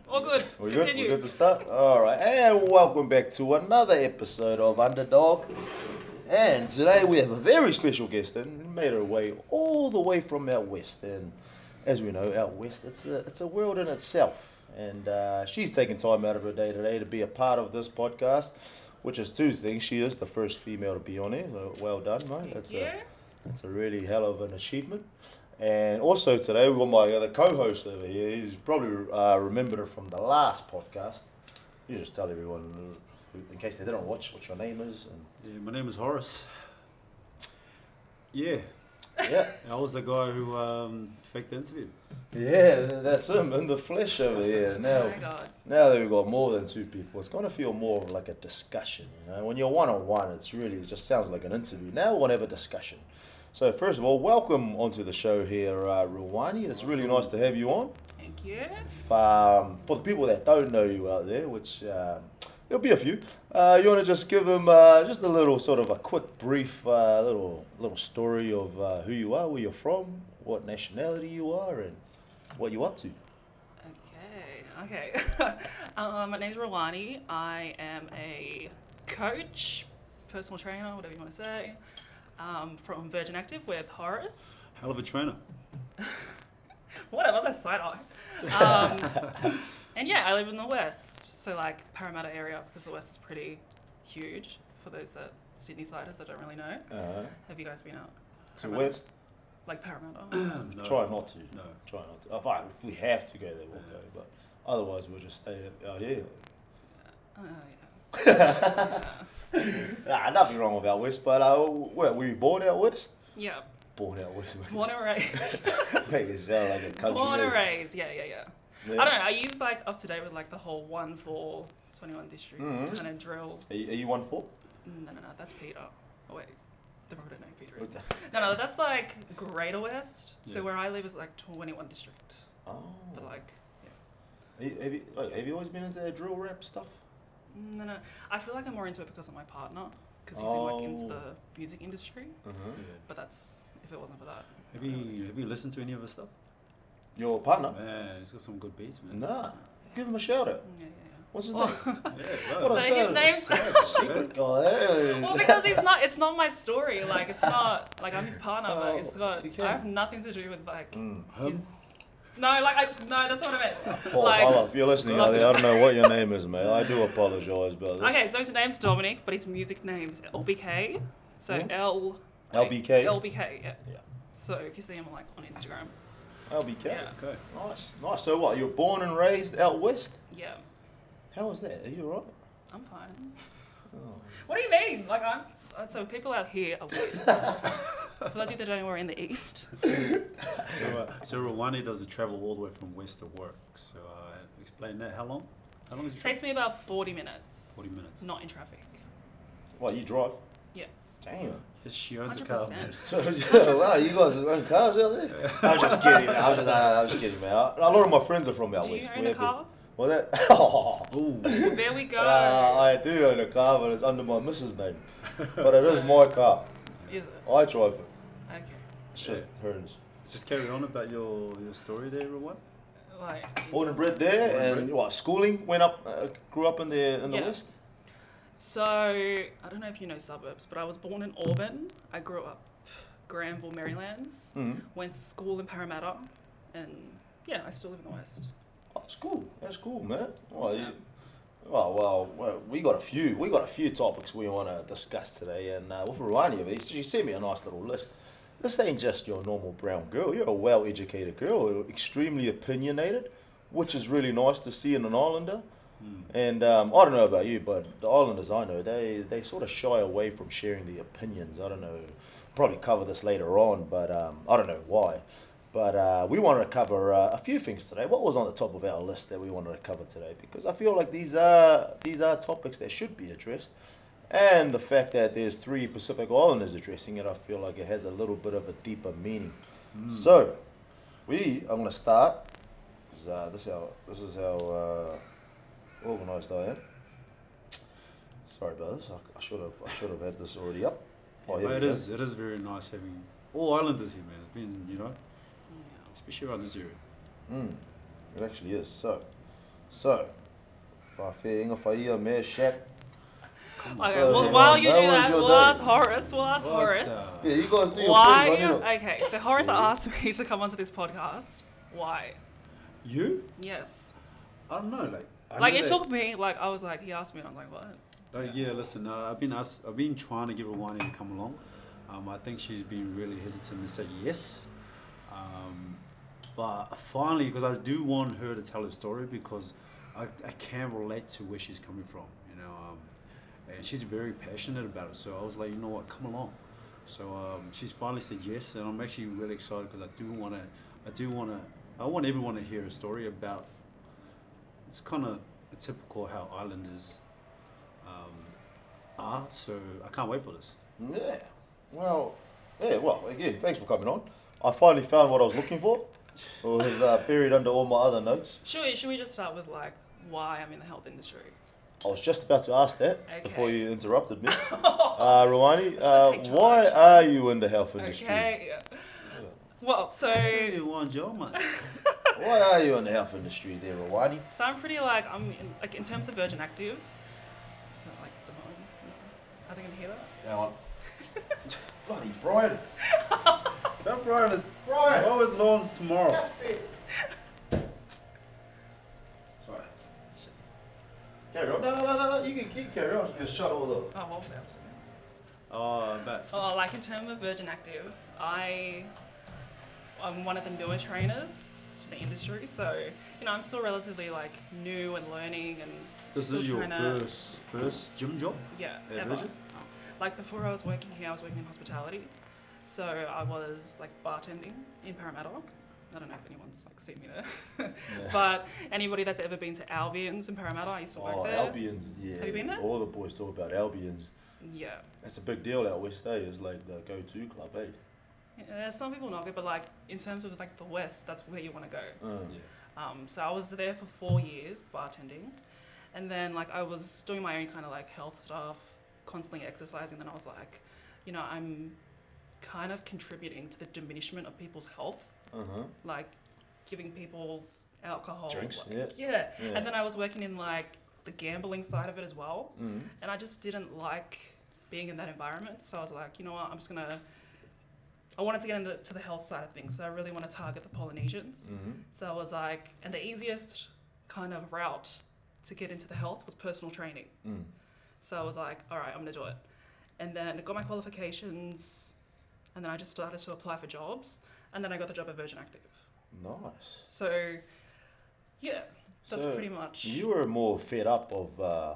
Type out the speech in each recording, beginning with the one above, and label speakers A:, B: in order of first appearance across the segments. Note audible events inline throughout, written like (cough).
A: (laughs) We're good.
B: Continue.
A: We're good to start. All right, and welcome back to another episode of Underdog. And today we have a very special guest, and made her way all the way from out west. And as we know, out west, it's a it's a world in itself. And uh, she's taking time out of her day today to be a part of this podcast, which is two things. She is the first female to be on it. So Well done, mate.
B: Thank
A: That's
B: you.
A: a that's a really hell of an achievement. And also today we've got my other co-host over here. He's probably uh, remembered her from the last podcast. You just tell everyone, uh, in case they didn't watch, what your name is. And
C: Yeah, my name is Horace. Yeah,
A: yeah,
C: (laughs) I was the guy who um, faked the interview.
A: yeah, that's him in the flesh over here.
B: Oh
A: Now,
B: my god.
A: now that we've got more than two people, it's gonna feel more of like a discussion. You know, when you're one on one, it's really it just sounds like an interview. Now we'll have a discussion. So first of all, welcome onto the show here, uh, Rawani. It's really nice to have you on.
B: Thank you.
A: If, um, for the people that don't know you out there, which um there'll be a few, uh, you want to just give them uh, just a little sort of a quick, brief uh, little little story of uh, who you are, where you're from, what nationality you are, and what you're up to.
B: Okay. Okay. (laughs) um, my name's Rawani. I am a coach, personal trainer, whatever you want to say, um, from Virgin Active with Horace. (laughs)
C: Hell of a trainer.
B: What another side eye.
A: (laughs)
B: Um, and yeah, I live in the west, so like Parramatta area because the west is pretty huge. For those that Sydney siders that don't really know,
A: Uh,
B: have you guys been out
A: to West,
B: like
A: (clears throat)
B: Parramatta?
C: No,
A: try not to.
C: No.
A: Try not to. If, I, if we have to go there, we'll go, but otherwise we'll just stay out here. (laughs)
B: Oh yeah.
A: Nah, nothing wrong with out west, but uh, where, were you born out west?
B: Yeah.
A: Born out west.
B: Born and raised.
A: (laughs) Make it sound like a country.
B: Born and
A: name.
B: raised. Yeah, yeah, yeah.
A: Yeah.
B: I don't know. I use like up to date with like the whole one for twenty one district
A: Mhm.
B: kind of drill. Mm,
A: Are you, are you one four?
B: No, no, no. That's Peter. Oh wait, the road I know Peter is. No, no, that's like Greater West. So
C: Yeah.
B: where I live is like twenty one district.
A: Oh.
B: But like,
A: Have you, have, you, like, have you always been into that drill rap stuff?
B: mm, no, no. I feel like I'm more into it because of my partner, because he's in, like into
A: Oh.
B: the music industry.
A: Mm-hmm.
C: Yeah.
B: But that's if it wasn't for that.
C: Have you have you listened to any of his stuff?
A: Your partner?
C: Man, he's got some good beats, man.
A: Nah. Give him a shout out.
B: Yeah, yeah, yeah. Oh.
A: What's
B: (laughs)
A: his
B: Well-
A: name?
C: Yeah,
A: (laughs) What
B: So
A: a
C: bro.
B: his
A: shout-out.
B: name's- (laughs)
A: Secret guy. hey. (laughs)
B: Well, because it's not it's not my story. Like it's not like I'm his partner,
A: Oh,
B: but it's got
A: you
B: I
A: can't-
B: have nothing to do with like (laughs)
A: Mm.
C: Him?
B: his. No, like I no, that's not what I meant.
A: (laughs) Paul,
B: like
A: Paul, if you're listening out there, I don't know what your name is, mate. I do apologise about this.
B: okay, so his name's Dominic, but his music name's LBK. So
A: Mhm.
B: L.
A: LBK.
B: LBK. Yeah.
A: Yeah.
B: So if you see him like on Instagram,
A: LBK.
B: Yeah.
C: Okay.
A: Nice, nice. So what? You're born and raised out west.
B: yeah,
A: How was that? Are you alright?
B: I'm fine. (laughs)
A: Oh.
B: What do you mean? Like I'm. uh, So people out here are
A: (laughs)
B: weird. For those of you that don't know, we're in the east.
C: So, uh, so Rwanda does the travel all the way from west to work. So uh, explain that. How long? How long is it?
B: takes me about 40 minutes.
C: 40 minutes.
B: Not in traffic.
A: What? You drive?
B: Yeah.
A: Damn.
C: She owns a car.
B: 100%.
C: Man.
A: (laughs) So, yeah, wow, you guys own cars out there? I'm just kidding. I'm just, I'm just kidding, man. A lot of my friends are from out
B: Do you
A: west.
B: own a
A: wherever-
B: car?
A: Well, that. (laughs) Oh,
C: Ooh.
B: There we go.
A: I do own a car, but it's under my missus' name. But it is my car.
B: Is it?
A: I drive it.
B: Okay.
A: It's just hers.
C: Just carry on about your, your story there, Rwanda.
B: Like.
A: Born and bred there,
C: Born and
A: and
C: bred.
A: what? Schooling went up, uh, grew up in the in the
B: Yeah.
A: west.
B: So I don't know if you know suburbs, but I was born in Auburn. I grew up Granville, Marylands.
A: Mm.
B: Went to school in Parramatta, and yeah, I still live in the west.
A: Oh, that's cool. That's cool, man. Well,
B: Yeah.
A: you, well, well, well, we got a few. We got a few topics we want to discuss today, and uh, with Rania, she sent me a nice little list. This ain't just your normal brown girl. You're a well-educated girl, extremely opinionated, which is really nice to see in an Islander.
C: Hmm.
A: And um, I don't know about you, but the Islanders I know, they, they sort of shy away from sharing the opinions. I don't know, probably cover this later on, but um, I don't know why. But uh, we wanted to cover uh, a few things today. What was on the top of our list that we wanted to cover today? Because I feel like these are these are topics that should be addressed, and the fact that there's three Pacific Islanders addressing it, I feel like it has a little bit of a deeper meaning.
C: Hmm.
A: So, we I'm gonna start. 'cause, uh, this is how this is how uh, organised I am. Sorry about this. I, I should have I should have had this already up. Oh, here
C: But it
A: we go.
C: is it is very nice having all islanders here, man. It's been you know,
A: Hmm.
C: especially around this area.
A: It actually is. So, so Whawhia, whaia, mea, shack.
B: Okay,
A: So,
B: well,
A: yeah,
B: while you
A: that
B: do
A: was
B: that,
A: your
B: we'll ask
A: day.
B: Horace. We'll ask
C: What,
B: Horace.
C: uh,
A: Yeah, you guys do your
B: Why?
A: thing, right?
B: Okay, so Horace asked me to come onto this podcast. Why?
C: you?
B: Yes.
C: I don't know. Like, I
B: Like
C: know
B: it
C: that-
B: took me. Like I was like, he asked me, and I was like, what?
C: Like, yeah, listen, uh, I've been asked, I've been trying to get Rwanda to come along. Um, I think she's been really hesitant to say yes. Um, but finally, because I do want her to tell her story because I, I can relate to where she's coming from, you know. Um, and she's very passionate about it. So I was like, you know what, come along. So um, she's finally said yes, and I'm actually really excited because I do want to, I do want to, I want everyone to hear a story about. It's kind of typical how islanders um, are. So I can't wait for this.
A: Yeah. Well, yeah, well, again, thanks for coming on. I finally found what I was looking for. It was uh, buried under all my other notes.
B: Should we, should we just start with like why I'm in the health industry?
A: I was just about to ask that before
B: Okay.
A: you
B: (laughs)
A: interrupted me. uh, Rwani,
B: gonna
A: uh,
B: take charge.
A: why are you in the health industry?
B: Okay. Well, so (laughs)
C: Hey, one job, mate.
A: Why are you in the health industry there, Rwani?
B: so I'm pretty like I'm in, like in terms of Virgin Active. Is that like the one? I think I can hear that.
A: Bloody Brian.
C: Tell Brian, to-
A: Brian!
C: what was Lawrence tomorrow?
A: Sorry.
B: It's just
A: Carry on. No, no, no, no, no. You can, you can carry on. I'm just going to shut all the...
B: oh well. that's it.
C: Oh, but
B: Oh, like in terms of Virgin Active, I I'm one of the newer trainers to the industry, so you know I'm still relatively like new and learning and
C: this is
B: still
C: your
B: trying to-
C: first first gym job
B: yeah
C: at
B: ever. Oh.
C: Virgin?
B: Like before I was working here, I was working in hospitality, so I was like bartending in Parramatta. I don't know if anyone's like seen me there, (laughs) but anybody that's ever been to Albion's in Parramatta, I used to work
A: Oh,
B: there.
A: Albions, yeah.
B: Have you been there?
A: All the boys talk about Albions.
B: Yeah.
A: That's a big deal out West, eh? It's like the go-to club, eh?
B: yeah, some people knock it, but like in terms of like the West, that's where you want to go.
A: Mm.
C: Yeah.
B: Um, so I was there for four years bartending, and then like I was doing my own kind of like health stuff, constantly exercising. Then I was like, you know, I'm kind of contributing to the diminishment of people's health,
A: Uh-huh.
B: like giving people alcohol,
A: Drinks,
B: like-
A: yeah.
B: yeah.
A: Yeah.
B: And then I was working in like the gambling side of it as well,
A: Mm.
B: and I just didn't like being in that environment. So I was like, you know what, I'm just gonna. I wanted to get into to the health side of things, so I really want to target the Polynesians.
A: Mm-hmm.
B: So I was like, and the easiest kind of route to get into the health was personal training.
A: Mm.
B: So I was like, all right, I'm gonna do it. And then I got my qualifications, and then I just started to apply for jobs, and then I got the job at Virgin Active.
A: Nice.
B: So, yeah, that's
A: So,
B: pretty much.
A: You were more fed up of, uh,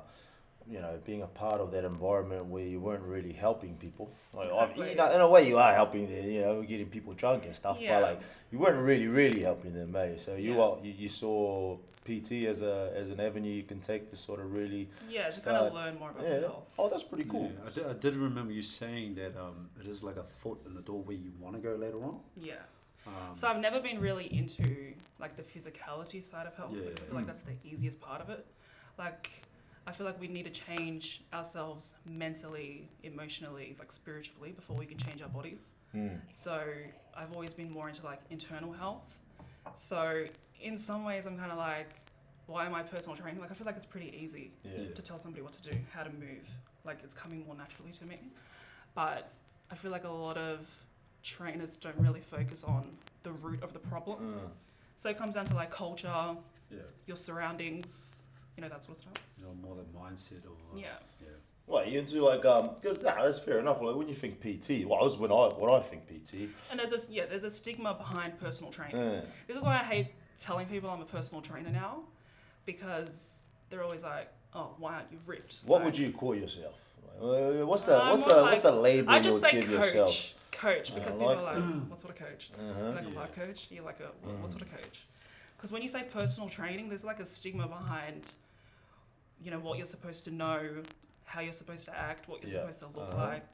A: you know, being a part of that environment where you weren't really helping people. Like,
B: Exactly.
A: you know, in a way, you are helping them, you know, getting people drunk and stuff.
B: Yeah.
A: But like, you weren't really, really helping them, mate. So you
B: Yeah.
A: are, you, you saw PT as a as an avenue you can take to sort of really,
B: yeah, just
A: start-
B: kind of learn more about
A: yeah.
B: the health.
A: Oh, that's pretty cool.
C: Yeah, I, did, I did remember you saying that um, it is like a foot in the door where you want to go later on.
B: Yeah.
C: Um,
B: So I've never been really into like the physicality side of health
C: Yeah.
B: because I feel like
A: Mm.
B: that's the easiest part of it. Like I feel like we need to change ourselves mentally, emotionally, like spiritually before we can change our bodies.
A: Mm.
B: So I've always been more into like internal health. So in some ways I'm kind of like why am I personal training? Like I feel like it's pretty easy
A: Yeah.
B: to tell somebody what to do, how to move. Like it's coming more naturally to me. But I feel like a lot of trainers don't really focus on the root of the problem.
A: Mm.
B: So it comes down to like culture,
C: yeah,
B: your surroundings, you know, that sort of stuff.
C: you know, more the mindset or.
B: Yeah.
C: uh, yeah.
A: Well, you into like um, because nah, that's fair enough. Like when you think PT, well, that's when I what I think PT.
B: And there's this yeah, there's a stigma behind personal training.
A: Mm.
B: This is why I hate telling people I'm a personal trainer now because they're always like, Oh, why aren't you ripped?
A: What
B: Like,
A: would you call yourself? Uh, what's the
B: I'm
A: what's
B: more
A: a what's a label
B: I
A: you
B: just
A: would
B: say
A: give
B: coach.
A: yourself?
B: Coach,
A: I
B: because people
A: like
B: are like, what sort of coach?
A: Uh-huh.
B: like a
C: Yeah.
B: life coach? You're like a what,
A: Mm.
B: what sort of coach? Because when you say personal training, there's like a stigma behind, you know, what you're supposed to know, how you're supposed to act, what you're
A: Yeah.
B: supposed to look
A: Uh-huh.
B: like.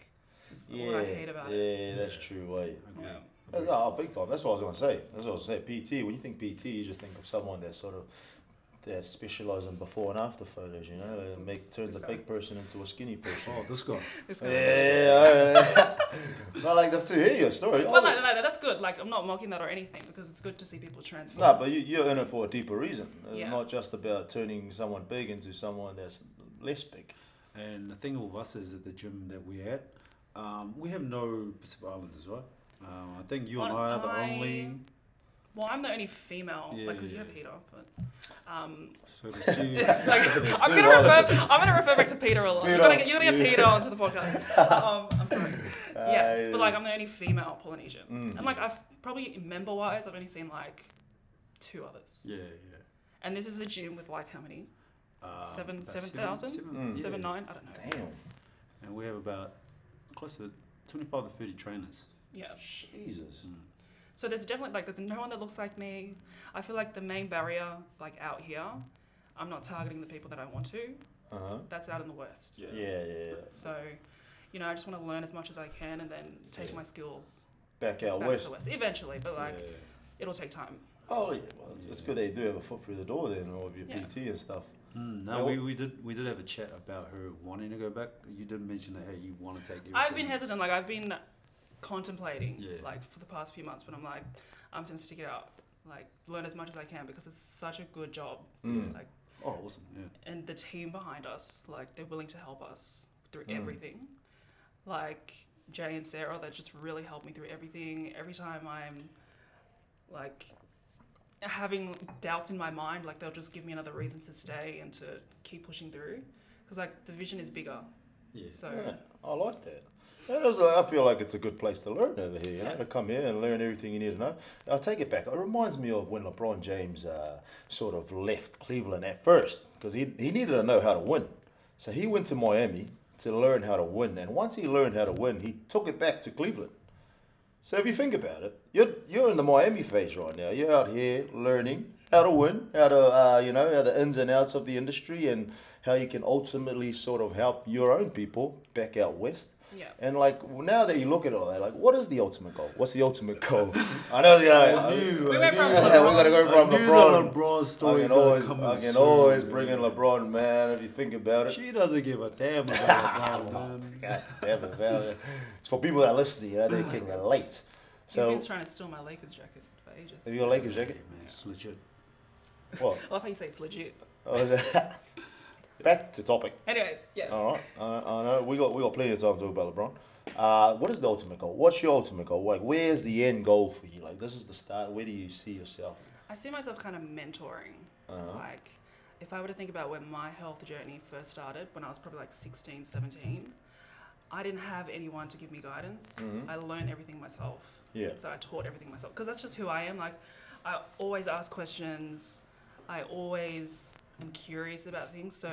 B: It's
A: Yeah,
B: what I hate about
A: yeah,
B: it.
A: that's true. Eh?
C: Agree.
B: Yeah.
A: Uh,
C: agree.
A: No, big time. That's what I was gonna say. That's what I was gonna say. PT. When you think PT, you just think of someone that's sort of that specialize in before and after photos. You know, they make
B: It's-
A: turns
B: it's
A: a big person into a skinny
B: (laughs)
A: person.
C: Oh, this guy.
B: It's kind of-
A: yeah, (laughs) I I like to hear your story.
B: But no, no, no, that's good. Like, I'm not mocking that or anything because it's good to see people transform.
A: No, Oh, but you, you're in it for a deeper reason. Uh,
B: Yeah.
A: Not just about turning someone big into someone that's less big.
C: And the thing with us is at the gym that we're at, um, we have no Pacific Islanders, right? Um, I think you and
B: On-
C: I are the
B: I-
C: only.
B: well, I'm the only female, like
C: Yeah,
B: 'cause like, because
C: yeah,
B: you have Peter. But,
A: (laughs)
B: um,
C: So there's two.
B: (laughs) like, I'm
A: two
B: gonna refer.
A: islanders.
B: I'm gonna refer back to Peter a lot.
A: Peter,
B: you're gonna get, you're gonna get
A: you-
B: Peter onto the
A: (laughs)
B: podcast. um, I'm sorry. yes,
A: Uh,
B: but like I'm the only female Polynesian,
A: Mm.
B: and like I've probably member wise, I've only seen like two others.
C: yeah, yeah.
B: And this is a gym with like how many?
C: Um,
B: Seven-
C: about
B: seven thousand?
A: Mm. Yeah.
B: Seven, nine? I don't know.
A: Damn.
C: And we have about close to 25 to 30 trainers. Hmm.
B: Yeah.
A: Jesus.
B: So there's definitely like there's no one that looks like me. I feel like the main barrier like out here, I'm not targeting the people that I want to.
A: Uh huh.
B: That's out in the West.
A: Yeah, yeah, yeah.
B: So, you know, I just want to learn as much as I can and then take my skills
A: Back out
B: back to
A: west.
B: the West eventually. But like,
C: Yeah.
B: it'll take time.
A: Oh, yeah. Well, it's, it's
C: Yeah.
A: good they do have a foot through the door then, or with your
B: Yeah.
A: PT and stuff.
C: Mm,
A: Yeah,
C: no,
A: wh-
C: we, we did we did have a chat about her wanting to go back. You did mention that hey, you want to take.
B: I've been
C: everything.
B: hesitant. Like I've been contemplating
C: Yeah.
B: like for the past few months, but I'm like, I'm just gonna stick it out. Like learn as much as I can because it's such a good job.
A: Mm.
B: Like
C: Oh, awesome! Yeah.
B: and the team behind us, like they're willing to help us through
A: Mm.
B: everything. Like Jay and Sarah, that just really helped me through everything. Every time I'm like having doubts in my mind, like they'll just give me another reason to stay and to keep pushing through. Because like the vision is bigger,
C: Yeah.
B: so
A: Yeah, I like that. That is, uh, I feel like it's a good place to learn over here, you know, to come here and learn everything you need to know. I'll take it back. It reminds me of when LeBron James uh, sort of left Cleveland at first because he, he needed to know how to win. So he went to Miami to learn how to win. And once he learned how to win, he took it back to Cleveland. So if you think about it, you're, you're in the Miami phase right now. You're out here learning how to win, how to, uh, you know, how the ins and outs of the industry and how you can ultimately sort of help your own people back out west.
B: yeah.
A: And like now that you look at all that, like what is the ultimate goal? What's the ultimate goal? I know the I
C: knew,
A: knew-
B: We went from
A: yeah, uh, (laughs) we gotta go
C: I
A: from
C: knew the
A: LeBron.
C: LeBron
A: I
C: story
A: can
C: is gonna
A: always,
C: come
A: I
C: in
A: can
C: soon,
A: always
C: man.
A: bring in LeBron, man. If you think about it,
C: (laughs) She doesn't give a damn
A: (laughs)
C: about LeBron, man.
A: God damn it, man. It's for people that listen, you know, they can relate.
B: So,
A: So,
B: He's trying to steal my Lakers jacket for ages.
A: have you got a Lakers jacket?
C: Yeah, man, it's legit.
A: What?
B: I love how you say it's legit.
A: Oh, is it- (laughs) Back to topic.
B: Anyways, yeah.
A: All right, I, I know we got we got plenty of time to talk about LeBron. Uh, what is the ultimate goal? What's your ultimate goal? Like, where's the end goal for you? Like, this is the start. Where do you see yourself?
B: I see myself kind of mentoring.
A: Uh-huh.
B: Like, if I were to think about when my health journey first started, when I was probably like 16, 17, I didn't have anyone to give me guidance.
A: Mhm.
B: I learned everything myself.
A: Yeah.
B: So I taught everything myself because that's just who I am. Like, I always ask questions, I always am curious about things. So,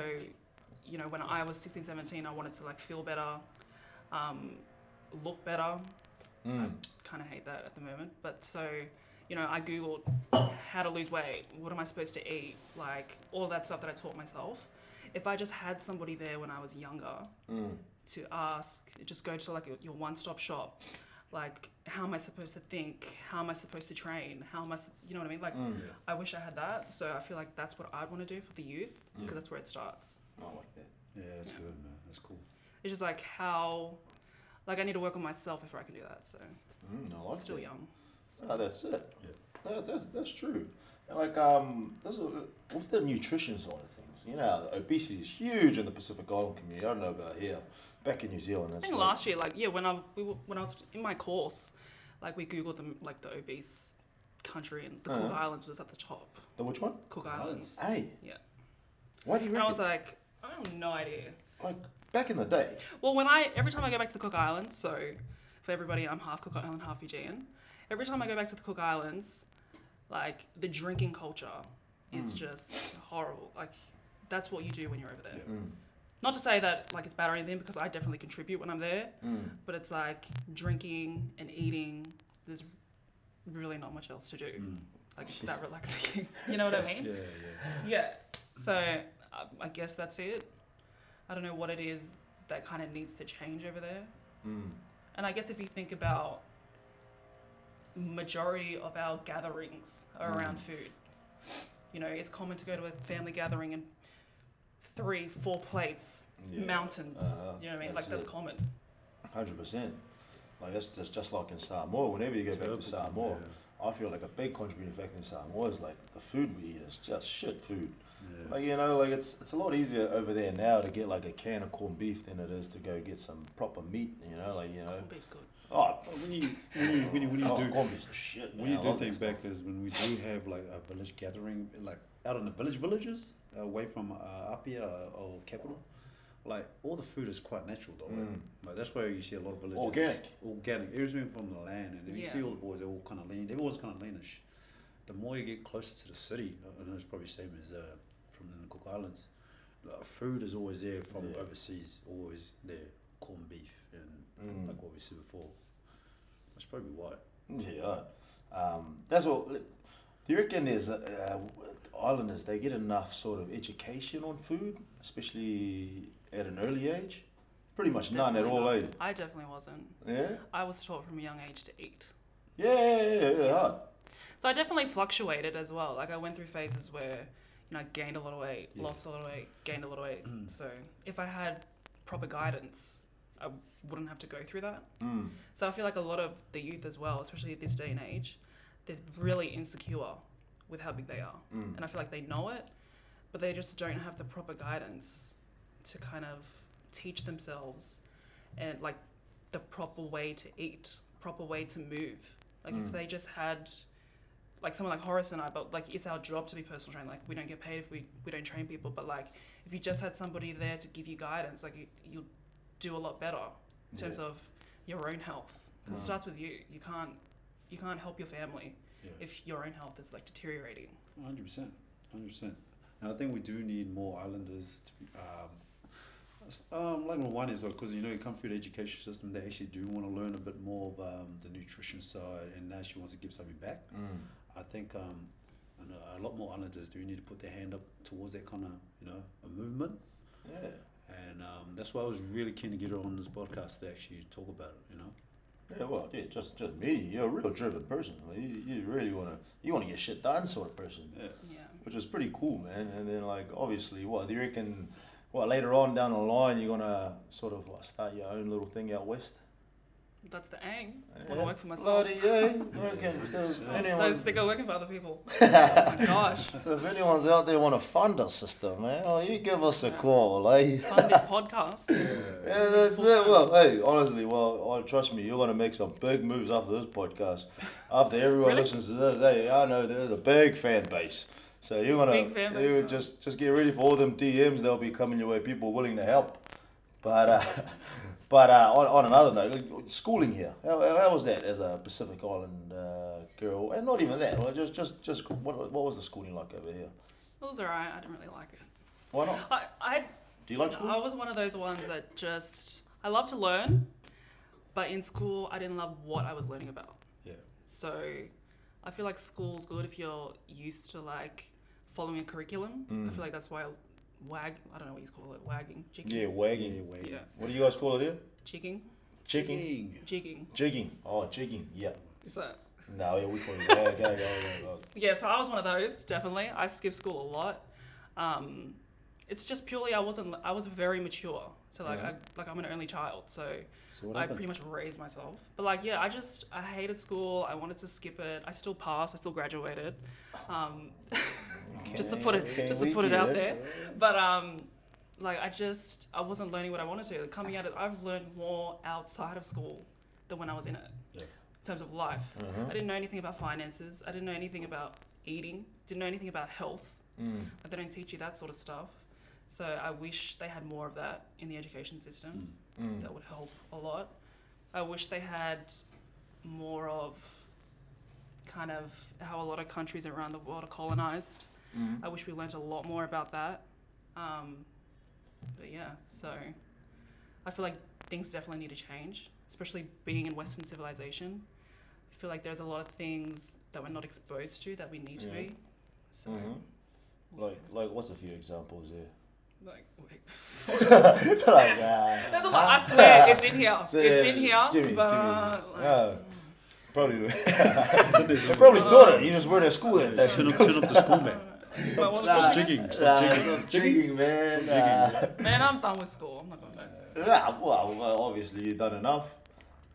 B: you know, when I was 16, 17, I wanted to like feel better, um, look better.
A: Mm.
B: kind of hate that at the moment. But so, you know, I googled how to lose weight, what am I supposed to eat, like all that stuff that I taught myself. If I just had somebody there when I was younger
A: Mm.
B: to ask, just go to like your- your one-stop shop, like how am I supposed to think, how am I supposed to train, how am I, sup- you know what I mean? Like
A: Mm.
B: I wish I had that. So I feel like that's what I'd want to do for the youth because
C: Yeah.
B: that's where it starts.
A: I like that.
C: Yeah, that's good, man. That's cool.
B: It's just like how, like I need to work on myself before I can do that. So
A: Mm, I
B: I'm
A: like
B: still
A: that.
B: young.
A: No, that's it.
C: Yeah.
A: That, that's that's true. And like um, there's a, with the nutrition side of things, you know, obesity is huge in the Pacific Island community. I don't know about here. Back in New
B: I
A: Zealand, that's
B: think
A: like-
B: last year, like yeah, when I we were, when I was in my course, like we googled them like the obese country and the Cook
A: Uh-huh.
B: Islands was at the top.
A: the which one?
B: Cook
C: Islands.
B: Islands.
A: Hey.
B: Yeah.
A: Why do you
B: And I
A: reckon?
B: was like, I have no idea.
A: like back in the day.
B: Well, when I every time I go back to the Cook Islands, so for everybody, I'm half Cook Island, half Fijian. Every time I go back to the Cook Islands, like the drinking culture is
A: Mm.
B: just horrible. Like that's what you do when you're over there.
C: Yeah.
A: Mm.
B: Not to say that like it's bad or anything, because I definitely contribute when I'm there.
A: Mm.
B: but it's like drinking and eating. There's really not much else to do.
C: Mm.
B: Like it's that relaxing. (laughs) you know what I
C: Yeah,
B: mean?
C: yeah.
B: Yeah. So I, I guess that's it. I don't know what it is that kind of needs to change over there.
A: Mm.
B: And I guess if you think about majority of our gatherings are around
A: Mm.
B: food. you know, it's common to go to a family gathering and three, four plates,
A: Yeah.
B: mountains.
A: Uh-huh.
B: You know what I mean? Like that's
A: Absolutely.
B: common.
A: Hundred percent. Like that's just just like in Samoa. Whenever you go back to Samoa, I feel like a big contributing factor in Samoa is like the food we eat is just shit food.
C: Yeah.
A: Like you know, like it's it's a lot easier over there now to get like a can of corned beef than it is to go get some proper meat. You know, like you know,
B: Corned beef's good.
A: oh,
C: But When you when you when you, when you
A: oh,
C: do
A: corned beef's the shit.
C: when
A: man.
C: you
A: I
C: do
A: love
C: things
A: that
C: back there's when we do have like a village gathering like out in the village villages away from uh, up here uh, or capital like all the food is quite natural though right?
A: Mm.
C: like that's where you see a lot of
A: stuff.
C: villages
A: organic.
C: organic everything from the land and if you
B: Yeah.
C: see all the boys they're all kind of lean everyone's kind of leanish the more you get closer to the city uh, and it's probably same as uh, from the Cook Islands uh, food is always there from
A: Yeah.
C: overseas always there corned beef and
A: Mm.
C: like what we said before that's probably why
A: Yeah, um, that's what. Do you reckon there's uh, uh, islanders they get enough sort of education on food, especially at an early age? Pretty much none at
B: Definitely
A: all,
B: not.
A: eh?
B: I definitely wasn't.
A: Yeah,
B: I was taught from a young age to eat.
A: yeah, yeah, yeah, yeah, yeah. hard.
B: So I definitely fluctuated as well. Like I went through phases where, you know, I gained a lot of weight,
C: Yeah.
B: lost a lot of weight, gained a lot of weight.
A: Mm.
B: so if I had proper guidance, I wouldn't have to go through that.
A: Mm.
B: So I feel like a lot of the youth as well, especially at this day and age, they're really insecure with how big they are.
A: Mm.
B: And I feel like they know it, but they just don't have the proper guidance to kind of teach themselves and like the proper way to eat, proper way to move. Like
A: Mm.
B: if they just had like someone like Horace and I, but like it's our job to be personal trained. Like we don't get paid if we, we don't train people, but like if you just had somebody there to give you guidance, like you, you'll do a lot better in terms
A: Yeah.
B: of your own health. 'Cause
A: Mm.
B: It starts with you. You can't you can't help your family
C: yeah.
B: if your own health is like deteriorating.
C: Hundred percent, hundred percent. And I think we do need more islanders to be, um, s- um, like Rwanda as well, because you know you come through the education system, they actually do want to learn a bit more of um, the nutrition side, and now she wants to give something back.
A: Mm.
C: I think um, and a- a lot more islanders do need to put their hand up towards that kind of you know a movement,
A: Yeah.
C: and um, that's why I was really keen to get her on this podcast to actually talk about it. You know,
A: Yeah, well, yeah, just just me. You're a real driven person. Like, you, you really wanna you wanna get shit done, sort of person.
C: yeah,
B: Yeah.
A: which is pretty cool, man. And then like obviously, what do you reckon? What later on down the line you're gonna sort of like start your own little thing out west?
B: That's the aim. I want
A: Yeah.
B: to work for myself.
A: Bloody yeah, I
B: (laughs)
A: reckon. So if,
C: So
B: so
A: anyone,
B: sick of working for other people. oh my gosh.
A: (laughs) so if anyone's out there want to fund us, sister, man, oh, you give us a call, eh?
B: Fund this podcast.
A: Yeah, that's it. Well, hey, honestly, well, oh, trust me, you're gonna make some big moves after this podcast. After everyone
B: Really?
A: listens to this, hey, I know there's a big fan base. So you're gonna,
B: Big fan
A: you
B: base, huh?
A: just just get ready for all them DMs. They'll be coming your way. People willing to help. But uh, (laughs) but uh, on, on another note, like, schooling here. How, how how was that as a Pacific Island uh, girl? And not even that. Like just just just what, what was the schooling like over here?
B: It was alright. I didn't really like it.
A: Why not?
B: I I
A: Do you like
B: I
A: school?
B: was one of those ones that just I love to learn, but in school I didn't love what I was learning about.
C: yeah,
B: So I feel like school's good if you're used to like following a curriculum.
A: Mm.
B: I feel like that's why wag I don't know what you call it, wagging, jigging.
A: Yeah,
C: yeah,
A: wagging.
C: wait.
B: Yeah.
A: What do you guys call it here?
B: Jigging.
A: Checking.
B: Jigging.
A: Jigging. Oh, jigging. Yeah.
B: Is that
A: No, yeah, we call it. Yeah, yeah, yeah, yeah, yeah.
B: yeah, so I was one of those, definitely. I skipped school a lot. Um, it's just purely I wasn't I was very mature. So like I
A: Yeah.
B: like I'm an only child, so
C: So what
B: I
C: happened?
B: pretty much raised myself. But like, yeah, I just I hated school. I wanted to skip it. I still passed. I still graduated. Um, just to put it
A: Okay,
B: just to
A: we
B: put it
A: get
B: out
A: it.
B: there. But um, like I just I wasn't learning what I wanted to. Coming out, of, I've learned more outside of school than when I was in it.
C: Yeah.
B: In terms of life,
A: Mm-hmm. Mm.
B: I didn't know anything about finances. I didn't know anything about eating. Didn't know anything about health.
A: Mm.
B: Like they don't teach you that sort of stuff. So I wish they had more of that in the education system
C: Mm.
A: Mm.
B: that would help a lot. I wish they had more of kind of how a lot of countries around the world are colonized.
A: Mm.
B: I wish we learnt a lot more about that. Um, but yeah, so I feel like things definitely need to change, especially being in Western civilization. I feel like there's a lot of things that we're not exposed to that we need to
A: Yeah.
B: be. So,
A: Mhm.
B: we'll see.
A: Like, like, what's a few
B: (laughs)
A: examples there?
B: like, wait. (laughs)
A: like, uh,
B: There's a lot. I
A: (laughs)
B: swear, it's in here.
A: So,
B: it's
A: yeah,
B: in here.
A: just give me- give me-
B: but, like,
A: no. probably.
C: It's a bit- (laughs)
A: they probably taught it. You just weren't at school that
C: Yeah,
A: day.
C: turn up, turn up to school, man.
B: I don't know. But what's
A: Nah.
B: the
C: Stop jigging.
A: Nah,
C: Stop jigging.
A: stop jigging, man.
C: Stop
A: Nah.
B: Man, I'm done with school. I'm not going back.
A: Nah, well, well, obviously you've done enough.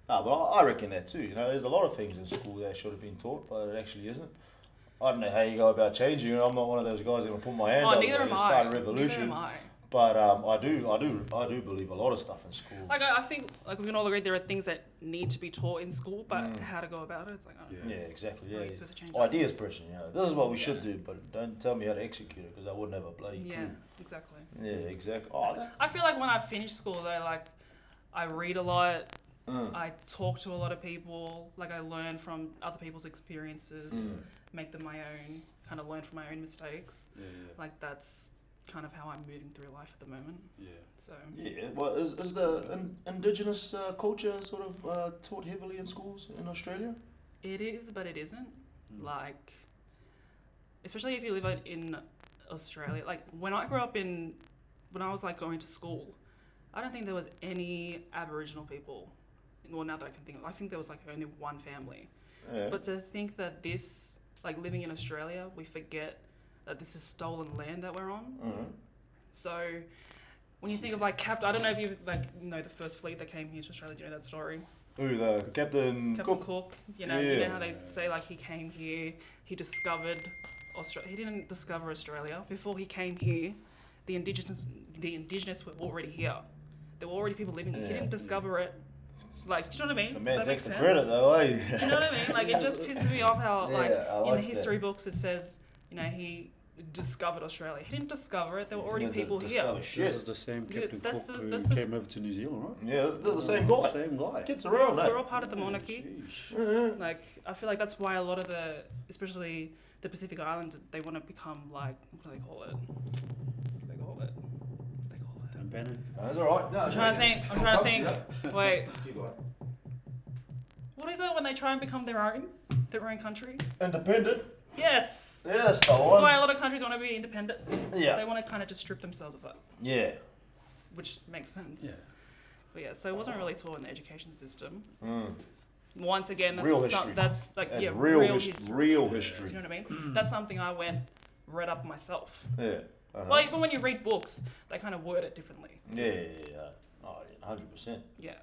A: Nah, but I I reckon that too. You know, there's a lot of things in school that should have been taught, but it actually isn't. I don't know how you go about changing it. I'm not one of those guys that will put my hand
B: Oh,
A: up
B: neither
A: and
B: am I.
A: start a
B: Neither
A: revolution.
B: am I.
A: But um, I do, I do, I do believe a lot of stuff in school.
B: Like I, I think, like we can all agree, there are things that need to be taught in school, but how to go about it, it's like, I don't
A: Mm. yeah, exactly.
B: How are you
A: Yeah, Oh,
B: supposed to change that?
A: ideas person. You know, this is what we should do, but don't tell me how to execute it because I wouldn't have a bloody
B: yeah,
A: clue.
B: exactly.
A: Yeah, exactly. Oh, that,
B: I feel like when I finish school, though, like I read a lot,
A: mm,
B: I talk to a lot of people, like I learn from other people's experiences,
A: mm.
B: make them my own, kind of learn from my own mistakes.
C: Yeah, yeah,
B: Like that's kind of how I'm moving through life at the moment.
C: yeah.
B: So
A: Yeah, well, is, is the in, indigenous uh, culture sort of uh, taught heavily in schools in Australia?
B: it is, but it isn't.
C: Mm.
B: Like, especially if you live out in Australia. Like when I grew up in, when I was like going to school, I don't think there was any Aboriginal people. Well, now that I can think of, I think there was like only one family.
A: Yeah.
B: But to think that this, like living in Australia, we forget that this is stolen land that we're on.
A: Mhm.
B: So when you think of like Captain, I don't know if you like know the first fleet that came here to Australia. Do you know that story?
A: Who the Captain,
B: Captain
A: Cook?
B: Cook. You know, you
A: Yeah.
B: know how they say like he came here, he discovered Australia. He didn't discover Australia before he came here. The indigenous, the indigenous were already here. There were already people living here. He
A: Yeah.
B: didn't discover it. Like, do you know what I mean?
A: The
B: Does
A: man
B: that make
A: takes the
B: sense?
A: credit though, eh? (laughs)
B: Do you know what I mean? Like it just pisses me off how
A: Yeah,
B: like
A: I
B: in the
A: like that.
B: history books it says, you know, he discovered Australia. He didn't discover it. There were already
A: Yeah, they
B: people
A: discover
B: here.
C: This
A: Shit.
C: is the same
B: Yeah,
C: Captain
B: that's
C: Cook
B: the-
C: who
B: that's the-
C: came over to New Zealand, right?
A: Yeah, they're the
B: Mm-hmm.
A: same
C: Oh,
A: guy.
C: Same guy. Oh,
A: Gets around, Mm-hmm. eh?
B: We're all part of the monarchy.
C: Jeez.
B: Like I feel like that's why a lot of the, especially the Pacific Islands, they want to become like what do they call it? What do they call it? What do They call it.
C: Dan Bannon.
A: No, it's alright. No,
B: I'm trying to think. I'm trying to think. Wait,
A: Keep going.
B: what is it when they try and become their own, their own country?
A: Independent.
B: Yes.
A: Yeah, that's
B: That's
A: the
B: why a
A: one.
B: lot of countries want to be independent. They
A: Yeah.
B: want to kind of just strip themselves of that,
A: Yeah.
B: which makes sense.
C: Yeah.
B: But yeah, so it wasn't really taught in the education system.
A: Mm.
B: Once again, that's
A: Real
B: some-
A: history.
B: that's like
A: That's
B: yeah,
A: real,
B: real,
A: his-
B: history.
A: real
B: Do you
A: history.
B: know what I mean? that's something I went read up myself.
A: Yeah. Uh-huh.
B: Well, even when you read books, they kind of word it differently.
A: yeah, yeah, yeah, yeah. Oh, yeah, 100%.
B: Yeah,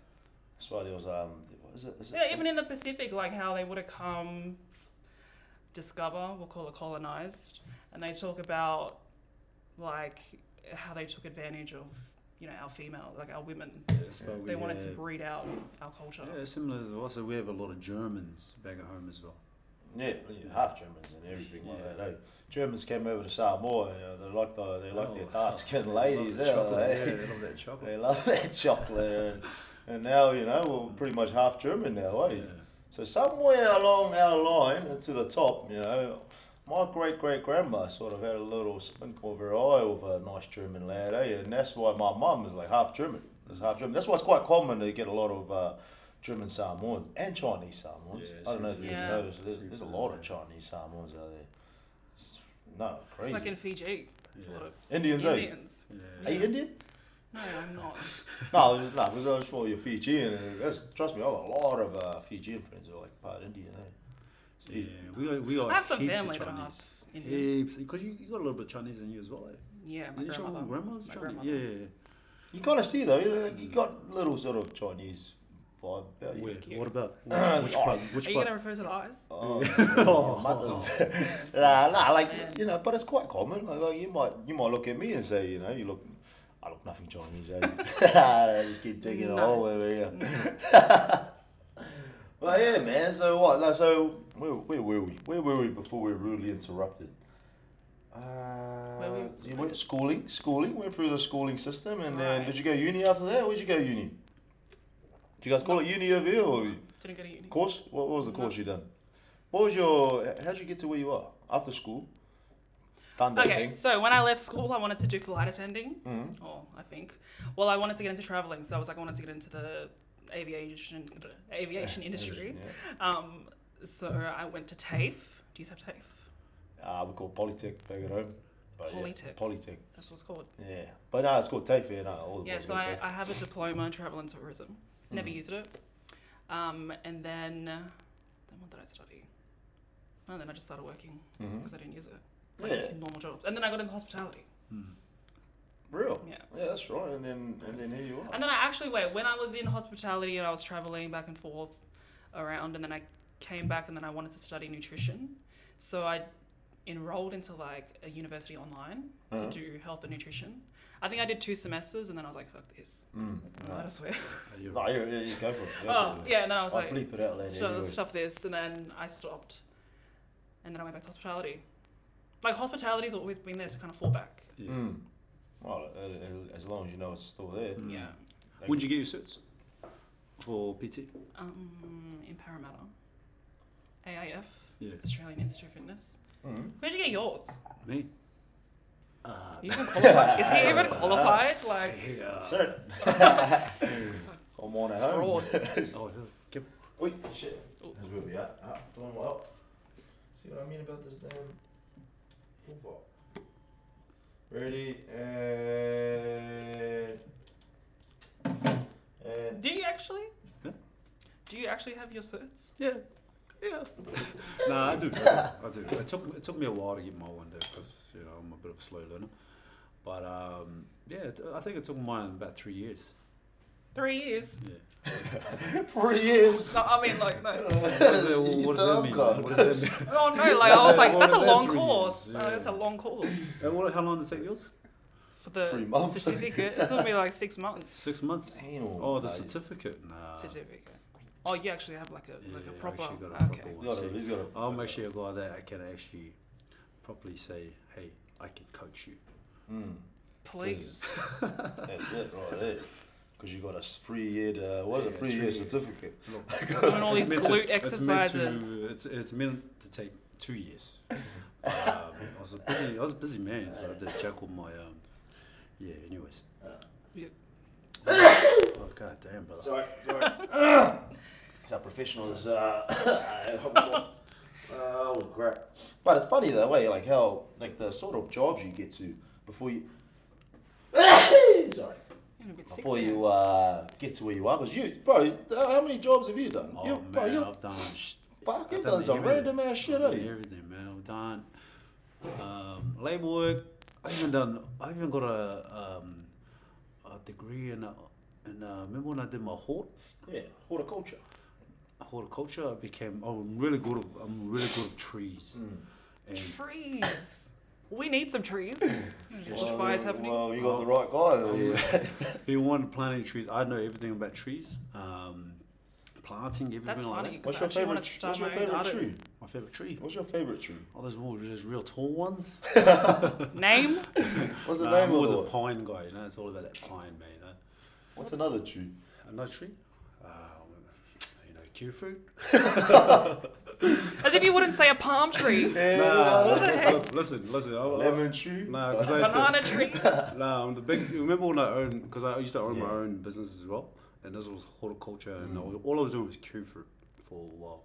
A: That's why there was, um, what is it? Is it
B: yeah. Even in the Pacific, like how they would have come, discover, we'll call it colonized, and they talk about like how they took advantage of you know our female, like our women.
C: Yes, but we
B: They wanted to
C: have-
B: breed out our culture.
C: Oh, Yeah, similar as well. So we have a lot of Germans back at home as well.
A: Yeah, yeah, half Germans and everything
C: Yeah.
A: like that. Eh? Germans came over to Samoa. You know, they like the they like their
C: Oh,
A: dark skinned
C: (laughs) they
A: ladies.
C: love the
A: eh, they,
C: chocolate,
B: (laughs)
C: yeah, they love that
A: (laughs)
C: chocolate.
A: they love that chocolate. And, and now you know we're pretty much half German now, eh?
C: Yeah.
A: So somewhere along our line and to the top, you know, my great great grandma sort of had a little sprinkle of her eye over a nice German lad, eh? And that's why my mum is like half German. Is half German. That's why it's quite common to get a lot of uh, German Samoans and Chinese Samoans.
C: Yeah,
A: I don't know if
C: seems
A: you
B: to- Yeah.
A: noticed, there's,
C: seems
A: there's a
C: to-
A: lot of Chinese Samoans out there. It's, no,
B: It's
A: crazy.
B: like in Fiji.
C: Yeah.
B: A lot of
A: Indians, eh?
B: Indians.
A: Are
C: Yeah.
A: you Indian?
B: (laughs) No, I'm not.
A: No, it was- no, because I was for your Fijian. And that's, trust me, I have a lot of uh, Fijian friends who are like part Indian, eh? So
C: yeah. We are, we are
B: I have some
C: heaps of
B: family that are
C: Chinese.
B: half Indian.
C: Heaps. Because you, you got a little bit of Chinese in you as well, eh?
B: Yeah, my
C: Didn't your
B: grandmother.
C: grandma's
B: My
C: Chinese?
B: grandmother.
C: Yeah, yeah, yeah.
A: You kind of see though, you, you got little sort of Chinese vibe about you.
C: Where?
B: you.
C: What (clears throat) about? Which, which part? Which
B: Are you
C: part?
B: gonna refer to the eyes?
A: (laughs) Oh, your mothers. (laughs) nah, nah, like
B: Man.
A: you know, but it's quite common. Like, like, you might you might look at me and say, you know, you look, I look nothing Chinese. (laughs) Eh? just keep digging a
B: No.
A: hole over here. (laughs) But yeah, man. So what? No, so where, where were we? Where were we before we were rudely interrupted? Uh,
B: we-
A: you went schooling, schooling. Went through the schooling system, and then
B: Right.
A: did you go uni after that? Where'd you go uni? Did you guys call it uni over here or
B: Didn't go to uni.
A: course? What, what was the
B: No.
A: course you done? What was your? h- How'd you get to where you are after school? Thunder
B: Okay,
A: thing.
B: so when I left school, I wanted to do flight attending.
A: Mhm.
B: Oh, I think. Well, I wanted to get into traveling, so I was like, I wanted to get into the aviation aviation
A: (laughs)
B: industry.
A: Yeah.
B: Um, so I went to TAFE. Do you have TAFE?
A: Uh, we call Polytech back at home. But Yeah,
B: Polytech.
A: Polytech.
B: That's what it's called.
A: Yeah, but no, it's called TAFE. Yeah, E no, all the
B: Yeah,
A: boys
B: so
A: go
B: I,
A: TAFE.
B: I have a diploma in travel and tourism. Never
A: Mhm.
B: used it. Um, and Oh, then, then what did I study? And then I just started working
A: Mhm.
B: because I didn't use it. Like it's
A: Yeah.
B: normal jobs. And then I got into hospitality.
C: Hmm.
A: Real.
B: Yeah.
A: Yeah, that's right. And then and then here you are.
B: And then I actually wait, when I was in hospitality and I was traveling back and forth around and then I came back and then I wanted to study nutrition. So I enrolled into like a university online
A: Uh-huh.
B: to do health and nutrition. I think I did two semesters and then I was like, fuck this.
A: Mm.
B: I just swear.
C: Are you
A: No, you, you you go for it. Go
B: Oh,
A: for it.
B: (laughs) yeah, and then I was
A: I'll
B: like,
A: bleep it out later.
B: stuff,
A: anyway.
B: stuff this, and then I stopped, and then I went back to hospitality. Like hospitality's always been there to kind of fall back.
C: Yeah.
A: Mm. Well, uh, uh, as long as you know it's still there.
C: Mm.
B: Yeah.
A: Like,
C: Would you get your certs for PT?
B: Um, in Parramatta, AIF,
C: Yeah.
B: Australian Institute of Fitness.
A: Mm.
B: Where'd you get yours?
C: Me? Uh,
B: Are you even qualified? Is
C: (laughs)
B: he even qualified? Like
C: Yeah.
A: (laughs) Sir. I'm on at home. (laughs)
C: Oh, yeah.
A: Wait, shit.
B: Oh.
A: That's where we are. Ah, doing well. See what I mean about this damn over. Ready and and
B: Do you actually?
C: Huh?
B: Do you actually have your certs?
C: Yeah. Yeah. nah, (laughs) I do. I do. It took it took me a while to get my one though, because you know I'm a bit of a slow learner. But um, yeah, it, I think it took mine about three years.
B: Three years.
C: (laughs)
A: (laughs)
C: Yeah.
A: three years. (laughs)
B: No, I mean like no.
C: What does that,
A: You
C: what does that
A: dumb
C: mean?
A: cunt.
C: What does
A: (laughs)
C: that mean? (laughs)
B: Oh no! Like I was like,
C: Well,
B: that's a
C: is that
B: long
C: three
B: course.
C: years?
B: Uh, that's a
C: Yeah.
B: long course
C: And what, how long did it take yours?
B: for the
A: Three months.
B: certificate. It took me like six months.
C: Six months.
A: Damn,
C: Oh, the
A: mate. (laughs)
C: certificate. (laughs) Nah.
B: certificate. Oh, you actually have like a
C: Yeah,
B: like a
C: I
B: proper.
C: actually got a proper
B: okay.
C: one.
A: He's got a- he's got a-
C: I'm actually a guy that I can actually properly say, hey, I can coach you.
A: Mm,
B: Please.
A: that's it right there. Because you got a s- three year, uh, what is
C: Yeah,
A: it, three year
C: three-
A: certificate?
B: (laughs) Doing all these
C: It's meant to-
B: glute
C: it's meant to-
B: exercises.
C: It's, it's meant to take two
B: (laughs)
C: years. um, I was a busy, I was a busy man, so I had to jack all my, um, yeah, anyways.
B: Yeah.
C: Oh, god damn, brother.
A: Sorry,
C: (laughs)
A: sorry. it's our professional. Is, (coughs) uh, oh crap! But it's funny that way, like how like the sort of jobs you get to before you. (coughs) sorry.
B: You're a bit sick
A: Before
B: there.
A: you uh, get to where you are, because you, bro, uh, how many jobs have you done?
C: Oh,
A: you,
C: man,
A: bro, you
C: I've done. sh-
A: fuck,
C: I've
A: you've done some
C: everything.
A: random ass shit,
C: I've
A: eh?
C: done everything, man. I've done um, labor work. I even done. I even got a um, a degree in. uh in uh, remember when I did my hort
A: Yeah, horticulture.
C: horticulture? I became. Oh, I'm really good. Of, I'm really good of trees. And (laughs)
B: Trees. we need some trees. Just fires happening. Oh.
A: Well, you got the right
C: Oh,
A: guy.
C: um, if you want to plant any trees, I know everything about trees. Um, planting everything
B: That's
C: like
B: funny.
C: that.
A: What's
B: I
A: your
B: actually wanna
A: favorite? tr-
B: start
A: What's your
B: my own
A: favorite
B: garden.
A: tree?
C: My favorite tree.
A: What's your favorite tree?
C: Oh, there's more. There's real tall ones.
B: (laughs) Name?
A: What's the
C: Nah,
A: name
C: I'm always
A: of
C: a
A: it?
C: pine guy. You know, it's all about that pine, man. You know.
A: What's another tree?
C: Another tree? Um, you know, Q fruit.
B: As if you wouldn't say a palm tree.
A: (laughs)
C: Nah,
B: the heck?
C: listen, listen. I, I,
A: Lemon tree.
C: nah, because I used to,
B: Banana
A: (laughs)
B: tree.
C: nah, I'm the big. you Remember when I owned? Because I used to own my
A: Yeah. Mm.
C: own business as well, and this was horticulture, and I was, all I was doing was Q fruit for a while.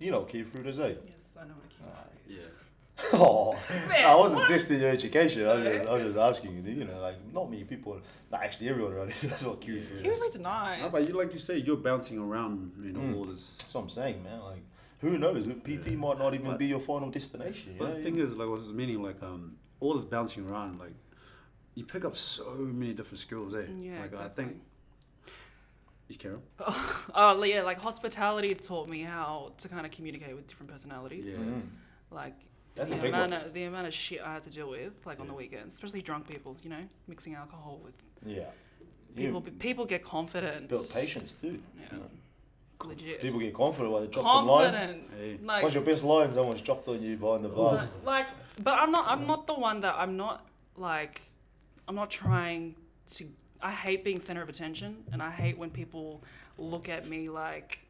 A: You know what kiwi fruit is, eh?
B: Yes, I know what a kiwi tree
C: Yeah.
B: is.
A: (laughs) Oh,
B: Man,
A: I wasn't testing your education. I was
B: Okay.
A: just, I was just asking you. You know, like not many people. Nah, actually, everyone (laughs) around here knows what kiwi fruit
B: Kiwi
A: is.
B: fruit's nice.
C: Nah, but you like you say, you're bouncing around, you know,
A: Mm.
C: all this.
A: That's what I'm saying, man. Like, who knows? PT might not even
C: But-
A: be your final destination. You
C: But
A: know?
C: the thing is, like, I was meaning, like, um, all this bouncing around, like, you pick up so many different skills, eh?
B: yeah,
C: like,
B: exactly.
C: I think you care.
B: (laughs) Oh, yeah, like hospitality taught me how to kind of communicate with different personalities.
C: Yeah.
A: Mm.
B: Like
A: That's
B: the
A: a big
B: amount
A: one.
B: of the amount of shit I had to deal with, like on the
C: Yeah.
B: weekends, especially drunk people. You know, mixing alcohol with
A: Yeah.
B: people.
A: You
B: but People get confident.
A: built patience too.
B: Yeah. Legit.
A: People get confident when they drop some lines.
B: confident.
C: Hey.
B: Like,
A: What's your best line? Someone's dropped on you behind the bar.
B: (laughs) like- like, but I'm not. I'm not the one that I'm not like. I'm not trying to. I hate being center of attention, and I hate when people look at me like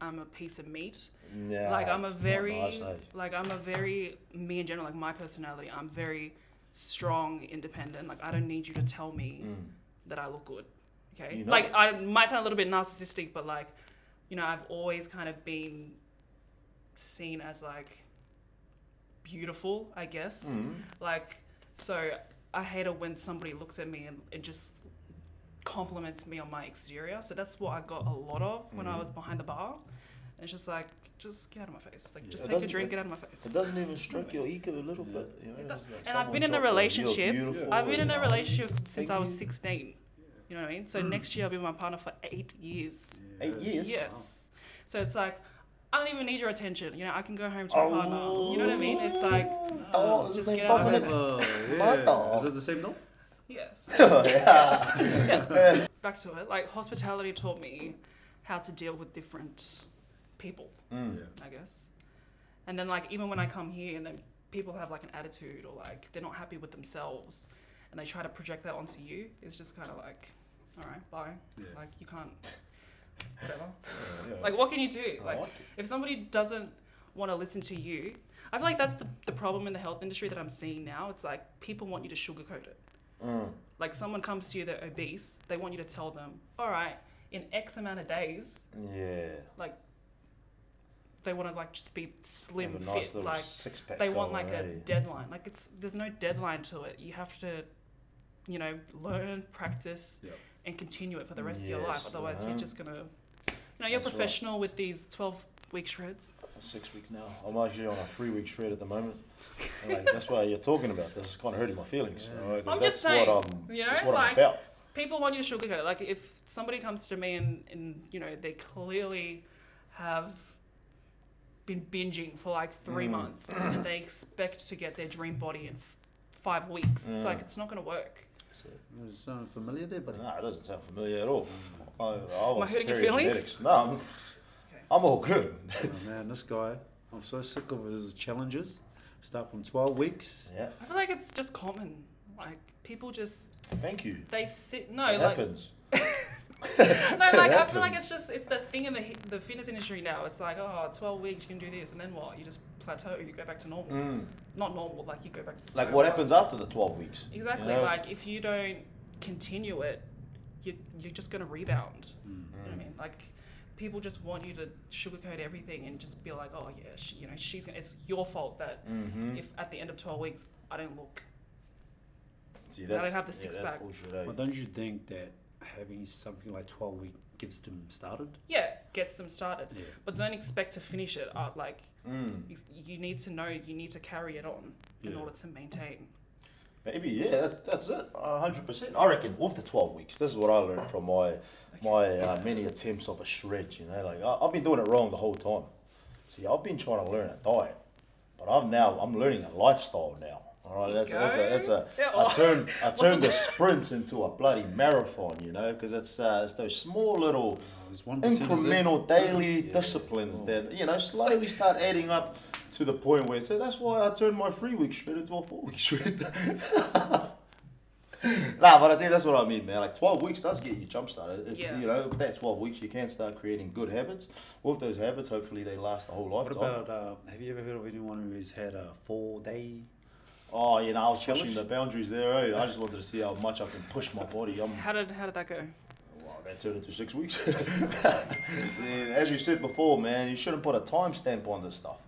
B: I'm a piece of meat.
A: Nah,
B: like I'm a
A: it's not
B: very
A: nice, eh?
B: like I'm a very me in general like my personality I'm very strong independent like I don't need you to tell me
A: Mm.
B: that I look good okay
A: You know
B: like
A: it.
B: I might sound a little bit narcissistic but like you know I've always kind of been seen as like beautiful I guess
A: Mm.
B: like so I hate it when somebody looks at me and, and just
A: Hmm.
B: compliments me on my exterior so that's what I got a lot of when I was behind the bar And it's just like, just get out of my face. Like,
C: Yeah.
B: just
A: It
B: take a
A: doesn't-
B: drink,
A: it-
B: get out of my
A: It
B: face.
A: doesn't even stroke your ego a little
C: Yeah.
A: bit. You know,
B: It
A: it's
B: does-
A: like
B: and I've
A: someone
B: been in a
A: dropped "You're
B: relationship.
A: beautiful,"
B: I've been in
A: and,
B: a
A: uh,
B: relationship since I was
A: Thank you.
B: 16. You know what I mean? So next year I'll be with my partner for eight years.
A: Eight years.
B: Yes. So it's like, I don't even need your attention. You know, I can go home to my
A: Oh.
B: partner. You know what I mean? It's like,
A: Oh, is
B: Just
A: his name
B: get out of
A: Dominic?
C: Oh,
A: (laughs) Mata.
C: yeah. Is that the same note?
B: yes.
A: yeah.
B: Back to it. Like, hospitality taught me how to deal with different people.
A: Mm.
C: Yeah.
B: I guess. And then like even when I come here and then people have like an attitude or like they're not happy with themselves and they try to project that onto you, it's just kind of like, all right, bye.
C: Yeah.
B: Like you can't, whatever.
A: Yeah.
B: like what can you do?
A: I
B: Like
A: like it.
B: if somebody doesn't want to listen to you, I feel like that's the, the problem in the health industry that I'm seeing now. It's like people want you to sugarcoat it.
A: Mm.
B: Like someone comes to you, they're obese, they want you to tell them, all right, in X amount of days,
A: Yeah.
B: like they want to like just be slim
A: Have a nice
B: fit
A: little
B: like
A: six pack.
B: they want like a deadline like it's there's no deadline to it you have to you know learn practice
C: Yep.
B: and continue it for the rest of your life
A: Yes,
B: otherwise
A: uh-huh.
B: you're just gonna you know you're
A: That's right.
B: professional with these 12 week shreds
A: six week now. (laughs) I'm actually on a three week shred at
B: (laughs)
A: the moment. And, like, that's why you're talking about this. It's kind of hurting my feelings.
C: Yeah.
A: you know, 'cause
B: I'm
A: that's
B: just
A: what
B: saying,
A: I'm,
B: you know,
A: that's what I'm
B: like-
A: about.
B: people want you to sugarcoat it like if somebody comes to me and, and you know they clearly have been binging for like three
A: Mm.
B: months and they expect to get their dream body in f- five weeks
A: Mm.
B: it's like it's not gonna work
A: So,
C: Does it sound familiar there,
A: (laughs)
C: buddy?
A: nah, it doesn't sound familiar at all. I, I
B: Am I
A: was
B: hurting your
A: superior
B: feelings?
A: genetics. No, I'm, I'm all good.
C: Oh, man, this guy, I'm so sick of his challenges. Start from 12 weeks.
A: Yeah.
B: I feel like it's just common. Like people just
A: Thank you.
B: they sit no
A: it
B: like
A: happens.
B: no like I feel like
A: happens.
B: it's just it's the thing in the hi- the fitness industry now. It's like oh 12 weeks you can do this and then what you just plateau you go back to normal
A: Mm.
B: not normal like you go back to
A: Like
B: zero.
A: what happens after the 12 weeks? you
B: exactly
A: know?
B: like if you don't continue it you you're just gonna rebound.
C: Mm.
B: You know what I mean like. People just want you to sugarcoat everything and just be like, "Oh yeah, she, you know, she's gonna, it's your fault that
C: Mm.
A: Mhm.
B: if at the end of twelve weeks I don't look
A: See,
B: I
A: that's,
B: don't have the
A: yeah,
B: six
A: that's
B: pack.
A: bullshit, eh?
C: Well, don't you think that having something like 12 week gives them started?
B: yeah gets them started."
C: Yeah.
B: but don't expect to finish it uh, like
A: Mm.
B: you- you need to know you need to carry it on in
C: Yeah.
B: order to maintain
A: Maybe yeah, that's, that's it, a hundred percent. I reckon with the twelve weeks, this is what I learned from my my uh, many attempts of a shred. You know, like I, I've been doing it wrong the whole time. See, I've been trying to learn a diet, but I'm now I'm learning a lifestyle now. All right, that's, that's a that's a
B: Yeah,
A: I
B: oh.
A: turned I
B: What's
A: turned
B: the-
A: the sprint into a bloody marathon. You know, because it's uh, it's those small little
C: Oh, it's 1%, is it?
A: incremental daily
C: Yeah.
A: disciplines
C: Oh.
A: that you know slowly start adding up to the point where so that's why I turned my three week shred into a four week shred. (laughs) nah, but I see that's what I mean, man. Like twelve weeks does get you jump started. It-
B: Yeah.
A: You know, with that twelve weeks you can start creating good habits. With those habits, hopefully they last the whole
C: What
A: lifetime.
C: about, uh, have you ever heard of anyone who's had a four day?
A: oh, you know, I was
C: Challenge?
A: pushing the boundaries there. Eh? I just wanted to see how much I can push my body. I'm
B: how did how did that go
A: Wow, that turned into six weeks. Then, as you said before, man, you shouldn't put a timestamp on this stuff.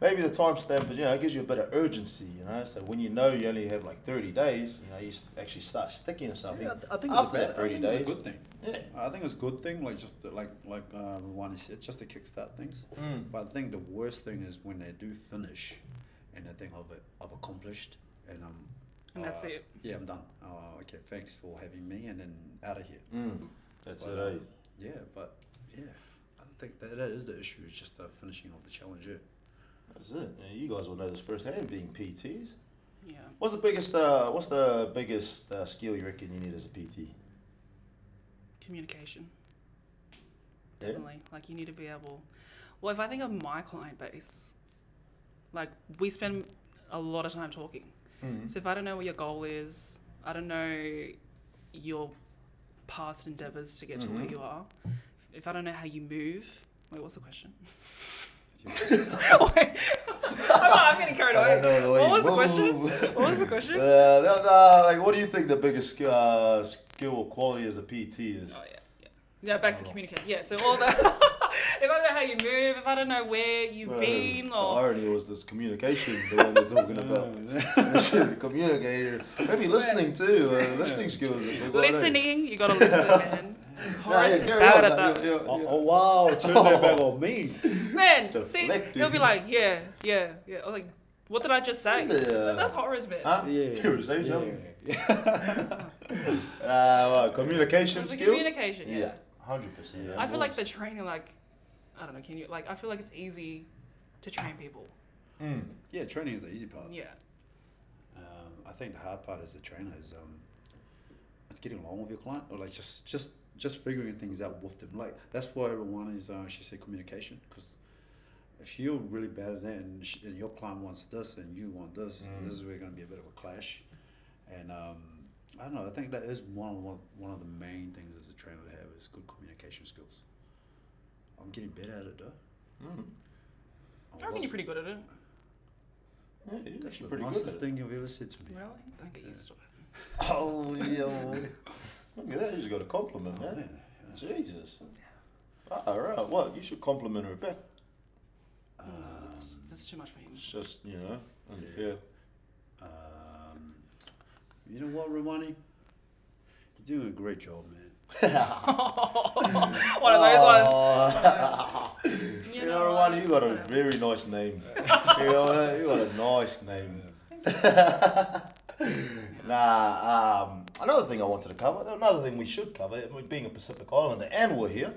A: Maybe the timestamp, is, you know, it gives you a bit of urgency, you know. So when you know you only have like 30 days, you know, you s- actually start sticking to something. after that 30 days.
C: thing.
A: Yeah.
C: I think it's a good thing, like just to- like like uh, one said, just to kickstart things.
A: Mm.
C: But I think the worst thing is when they do finish, and they think I've I've accomplished, and I'm.
B: And
C: Uh,
B: that's it.
C: Yeah, I'm done. Oh, okay. Thanks for having me, and then out of here.
A: Mm. That's it,
C: But,
A: eh?
C: um, Yeah, but yeah, I think that, that is the issue. It's just the finishing of the challenge. Yeah.
A: That's it. Yeah, you guys will know this firsthand being PTs.
B: yeah
A: What's the biggest, uh, what's the biggest uh, skill you reckon you need as a PT?
B: communication
A: Yeah.
B: definitely like you need to be able well if I think of my client base like we spend a lot of time talking
A: Mm-hmm. Mm.
B: so if I don't know what your goal is I don't know your past endeavors to get to where
A: Mhm.
B: you are if I don't know how you move wait what's the
A: (laughs)
B: question (laughs) Wait. (laughs) I'm, I'm getting carried
A: I
B: away
A: don't know the way
B: What
A: you
B: was the question?
A: move. (laughs)
B: what was the question
A: Uh, no, no, like, what do you think the biggest sk- uh, skill or quality as a PT is?
B: Oh yeah, yeah. Yeah, back to
A: Oh.
B: communication. Yeah, so all the (laughs) if I don't know how you move, if I don't know where you've
A: No,
B: been,
A: the
B: or
A: irony was this communication that we were
C: (laughs)
A: talking about. (laughs) Communicating, maybe listening too, uh, listening
B: (laughs)
A: skills. because I don't know.
B: listening, you gotta
A: (laughs)
B: listen, man.
A: No, yeah,
B: Horace is
A: carry
B: bad
A: on,
B: at
A: like,
B: that.
A: yeah,
C: oh,
A: yeah,
C: oh, wow, turn that back on me.
B: Man, see, he'll be
A: Deflecting.
B: like, yeah, yeah, yeah. I was like, what did I just say?
A: Yeah.
B: That's Horace, man.
A: Huh?
C: (laughs) Yeah.
A: You were the same
C: yeah.
A: job.
C: (laughs)
A: Uh, well, communication
B: It's the
A: skills.
B: communication, yeah.
A: hundred percent.
C: Yeah.
B: I feel like the training, like, I don't know, can you, like, I feel like it's easy to train people.
A: Mm.
C: Yeah, training is the easy part.
B: Yeah.
C: Um, I think the hard part as a trainer is um, it's getting along with your client or like just just just figuring things out with them. Like that's why everyone is uh, she said communication because if you're really bad at that and, sh- and your client wants this and you want this,
A: Mm.
C: this is where going to be a bit of a clash. And um, I don't know. I think that is one one one of the main things as a trainer to have is good communication skills. I'm getting better at it though.
A: Mm.
B: I reckon you're pretty good at it.
A: Yeah, you're
C: That's
A: actually
C: the
A: pretty good.
C: nicest
A: At it.
C: thing you've ever said to me.
B: Really? Don't get used to it.
A: Oh yeah. well, (laughs) Look at that. You just got a compliment,
C: Oh,
A: man.
C: man. Yeah.
A: Jesus. All right. Well, you should compliment her back. Uh,
C: Um,
B: It's, it's too much for him. (laughs)
A: It's just you know unfair.
C: Um, you know what, Romani? You're doing a great job, man.
B: One of those ones. (laughs)
A: you, know, Rwanda, you got Oh. a
B: whatever.
A: very nice name. (laughs) you know, you got a nice name. (laughs) nah, um, another thing I wanted to cover, another thing we should cover, I mean, being a Pacific Islander, and we're here.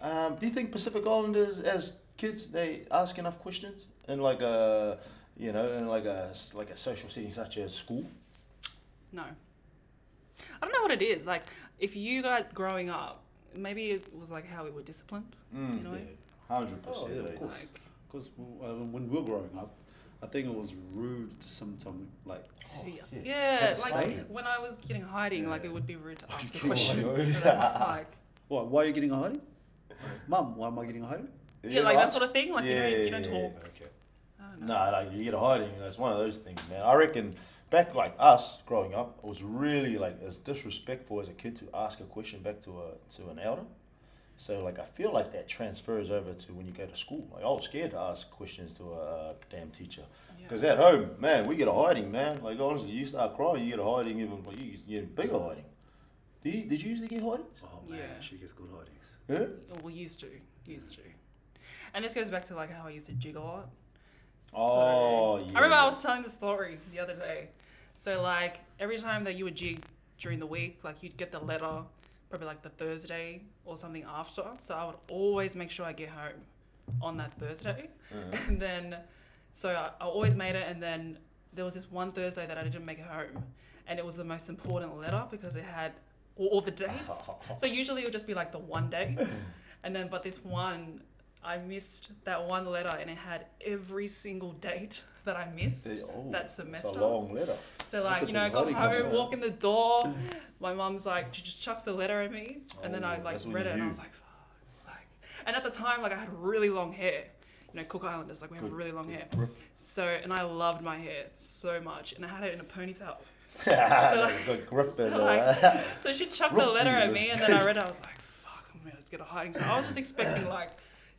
A: Um, do you think Pacific Islanders, as kids, they ask enough questions in like a, you know, in like a s- like a social setting such as school?
B: No. I don't know what it is. Like, if you guys growing up, maybe it was like how we were disciplined.
A: Mm.
B: You know?
A: Hundred
C: Oh, yeah,
A: percent.
C: of
A: eh?
C: course.
B: Like,
C: Because uh, when we were growing up, I think it was rude to sometimes, like,
B: to
C: Oh,
B: you.
A: yeah.
B: yeah,
C: Have a
B: like
C: say.
B: when I was getting hiding, like
C: Yeah.
B: it would be rude to ask a
A: kidding.
B: question.
A: Oh,
C: (laughs)
B: you know,
A: yeah.
B: (laughs) Like,
C: what, why are you getting
B: (laughs)
C: a hiding? Mum, why am I getting a hiding?
B: yeah, like that sort of thing. Like you don't, you don't
A: Yeah.
B: talk.
C: Okay.
B: I don't know.
A: No, like you get a hiding. That's one of those things, man. I reckon back like us growing up, it was really like it's disrespectful as a kid to ask a question back to a to an elder. So like I feel like that transfers over to when you go to school. Like I was scared to ask questions to a, uh damn teacher
B: Yeah.
A: because at home, man, we get a hiding, man. Like honestly, you start crying, you get a hiding, even like, you get bigger hiding. Did you, did you used to get hiding?
C: Oh, man,
B: Yeah.
C: she gets good hidings.
A: Huh?
B: Well, used to, used to. And this goes back to like how I used to jig a lot.
A: Oh,
B: so,
A: yeah.
B: I remember I was telling the story the other day. So like every time that you would jig during the week, like you'd get the letter probably like the Thursday or something after. So I would always make sure I get home on that Thursday.
A: Uh-huh.
B: And then so I, I always made it and then there was this one Thursday that I didn't make it home and it was the most important letter because it had all, all the
A: (laughs)
B: dates. So usually it would just be like the one day. And then but this one I missed that one letter and it had every single date that I missed.
A: They- oh,
B: that
A: It's
B: semester.
A: a long letter.
B: So
C: That's
B: like
C: a
B: you know, I
C: big
B: got
C: holiday
B: home,
A: coming up.
B: walk in the
A: (laughs)
B: door. My mum's like, she just chucks the letter at me, and then
A: Oh,
B: I like
A: that's when
B: read
A: you
B: it, and I
A: knew.
B: was like, fuck. Like, and at the time, like I had really long hair. You know, Cook Islanders, like we have
A: Good,
B: really long hair. (laughs)
A: (laughs) Rip.
B: So, and I loved my hair so much, and I had it in a ponytail. (laughs)
A: Like, good grip as
B: So
A: a. (laughs)
B: like, so she chucked the
A: Rock
B: letter at
A: you
B: me, and then I read it. I was like, fuck, I'm gonna get a hiding. So I was just
A: (laughs)
B: expecting like,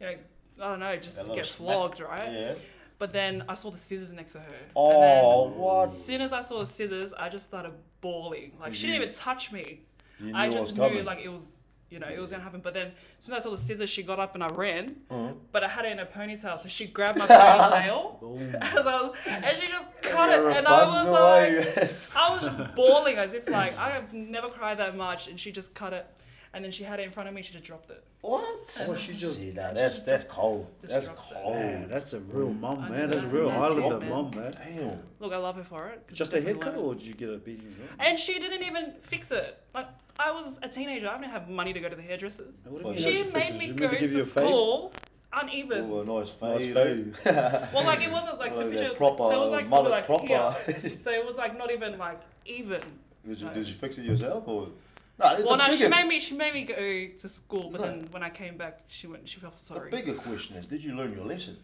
B: you know, I don't know,
A: A
B: just to
A: little
B: get
A: snap.
B: flogged, right?
A: yeah.
B: But then I saw the scissors next to her. and then-
A: Oh, what?
B: as soon as I saw the scissors, I just started bawling. Like she
A: You-
B: didn't even touch me.
A: Mm-hmm. You knew
B: I
A: it
B: just
A: was
B: knew
A: coming.
B: like it was, you know, it was gonna happen. But then as soon as I saw the scissors, she got up and I ran.
A: Hmm?
B: But I had it in a ponytail, so she grabbed my
C: (laughs)
B: ponytail (laughs)
C: Boom.
B: as I was, and she just cut
A: Yeah,
B: it, and I was
A: Rapunzel,
B: like,
A: yes.
B: I was
C: (laughs)
B: just bawling as if like I have never cried that much, and she just cut it, and then she had it in front of me, she just dropped it.
A: (laughs)
B: (laughs)
A: What?
C: Oh, she just-
A: See, now that's that's cold.
B: Just
A: That's
B: dropped it.
A: cold.
C: Man, that's a real
B: Oh.
C: mum,
B: Mm-hmm. I
C: man. That's a
B: know,
C: real
B: that's it,
C: Islander
B: man.
C: mum, man.
A: Damn.
B: Look, I love her for it. 'cause
C: Just
B: she
C: a
B: definitely
C: haircut,
B: learned.
C: or did you get a beating as well?
B: And she didn't even fix it. Like I was a teenager, I didn't have money to go to the hairdressers.
C: What do you
A: Well,
C: mean
B: She
C: that's
B: made
C: offensive?
B: me
C: You
B: go
C: meant to
B: to,
C: give you a fade?
B: school uneven.
A: Oh, a nice fade.
C: fade.
B: (laughs)
A: eh?
B: Well, like
C: (laughs)
B: it wasn't like,
A: Like
B: some
A: that
B: picture.
A: proper,
B: so it was like,
A: mullet
B: like
A: proper.
B: here. so it was like not even like even.
A: Did you
B: So-
A: did you fix it yourself or? Nah,
B: well,
A: the
B: no, she
A: bigger,
B: made me. She made me go to school, but
A: No.
B: then when I came back, she went. She felt
A: The
B: sorry.
A: bigger question is, did you learn your lesson?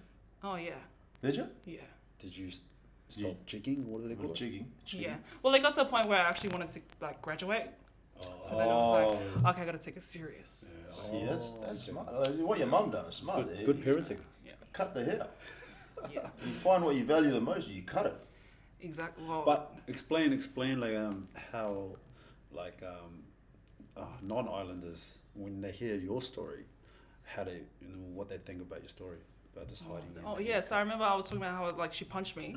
B: Oh yeah,
A: Did you?
B: yeah,
C: Did you s- stop
A: You-
C: jigging? What do they call
A: Well,
C: it?
A: jigging.
B: yeah. Well, it got to a point where I actually wanted to like graduate. So then I was like, okay, I gotta take it serious.
A: Oh, See, that's that's
C: Oh, okay.
A: smart. That's What your mum done is smart.
C: Good,
A: there.
C: good
A: You
C: parenting.
A: Cut the hair.
B: Yeah,
A: You find what you value the most, you cut it.
B: exactly. Well,
C: But explain, explain like um how, like um, uh, non-islanders when they hear your story, how they you know what they think about your story about this hiding. in
B: Oh
C: the-
B: yes, I remember I was talking about how like she punched me,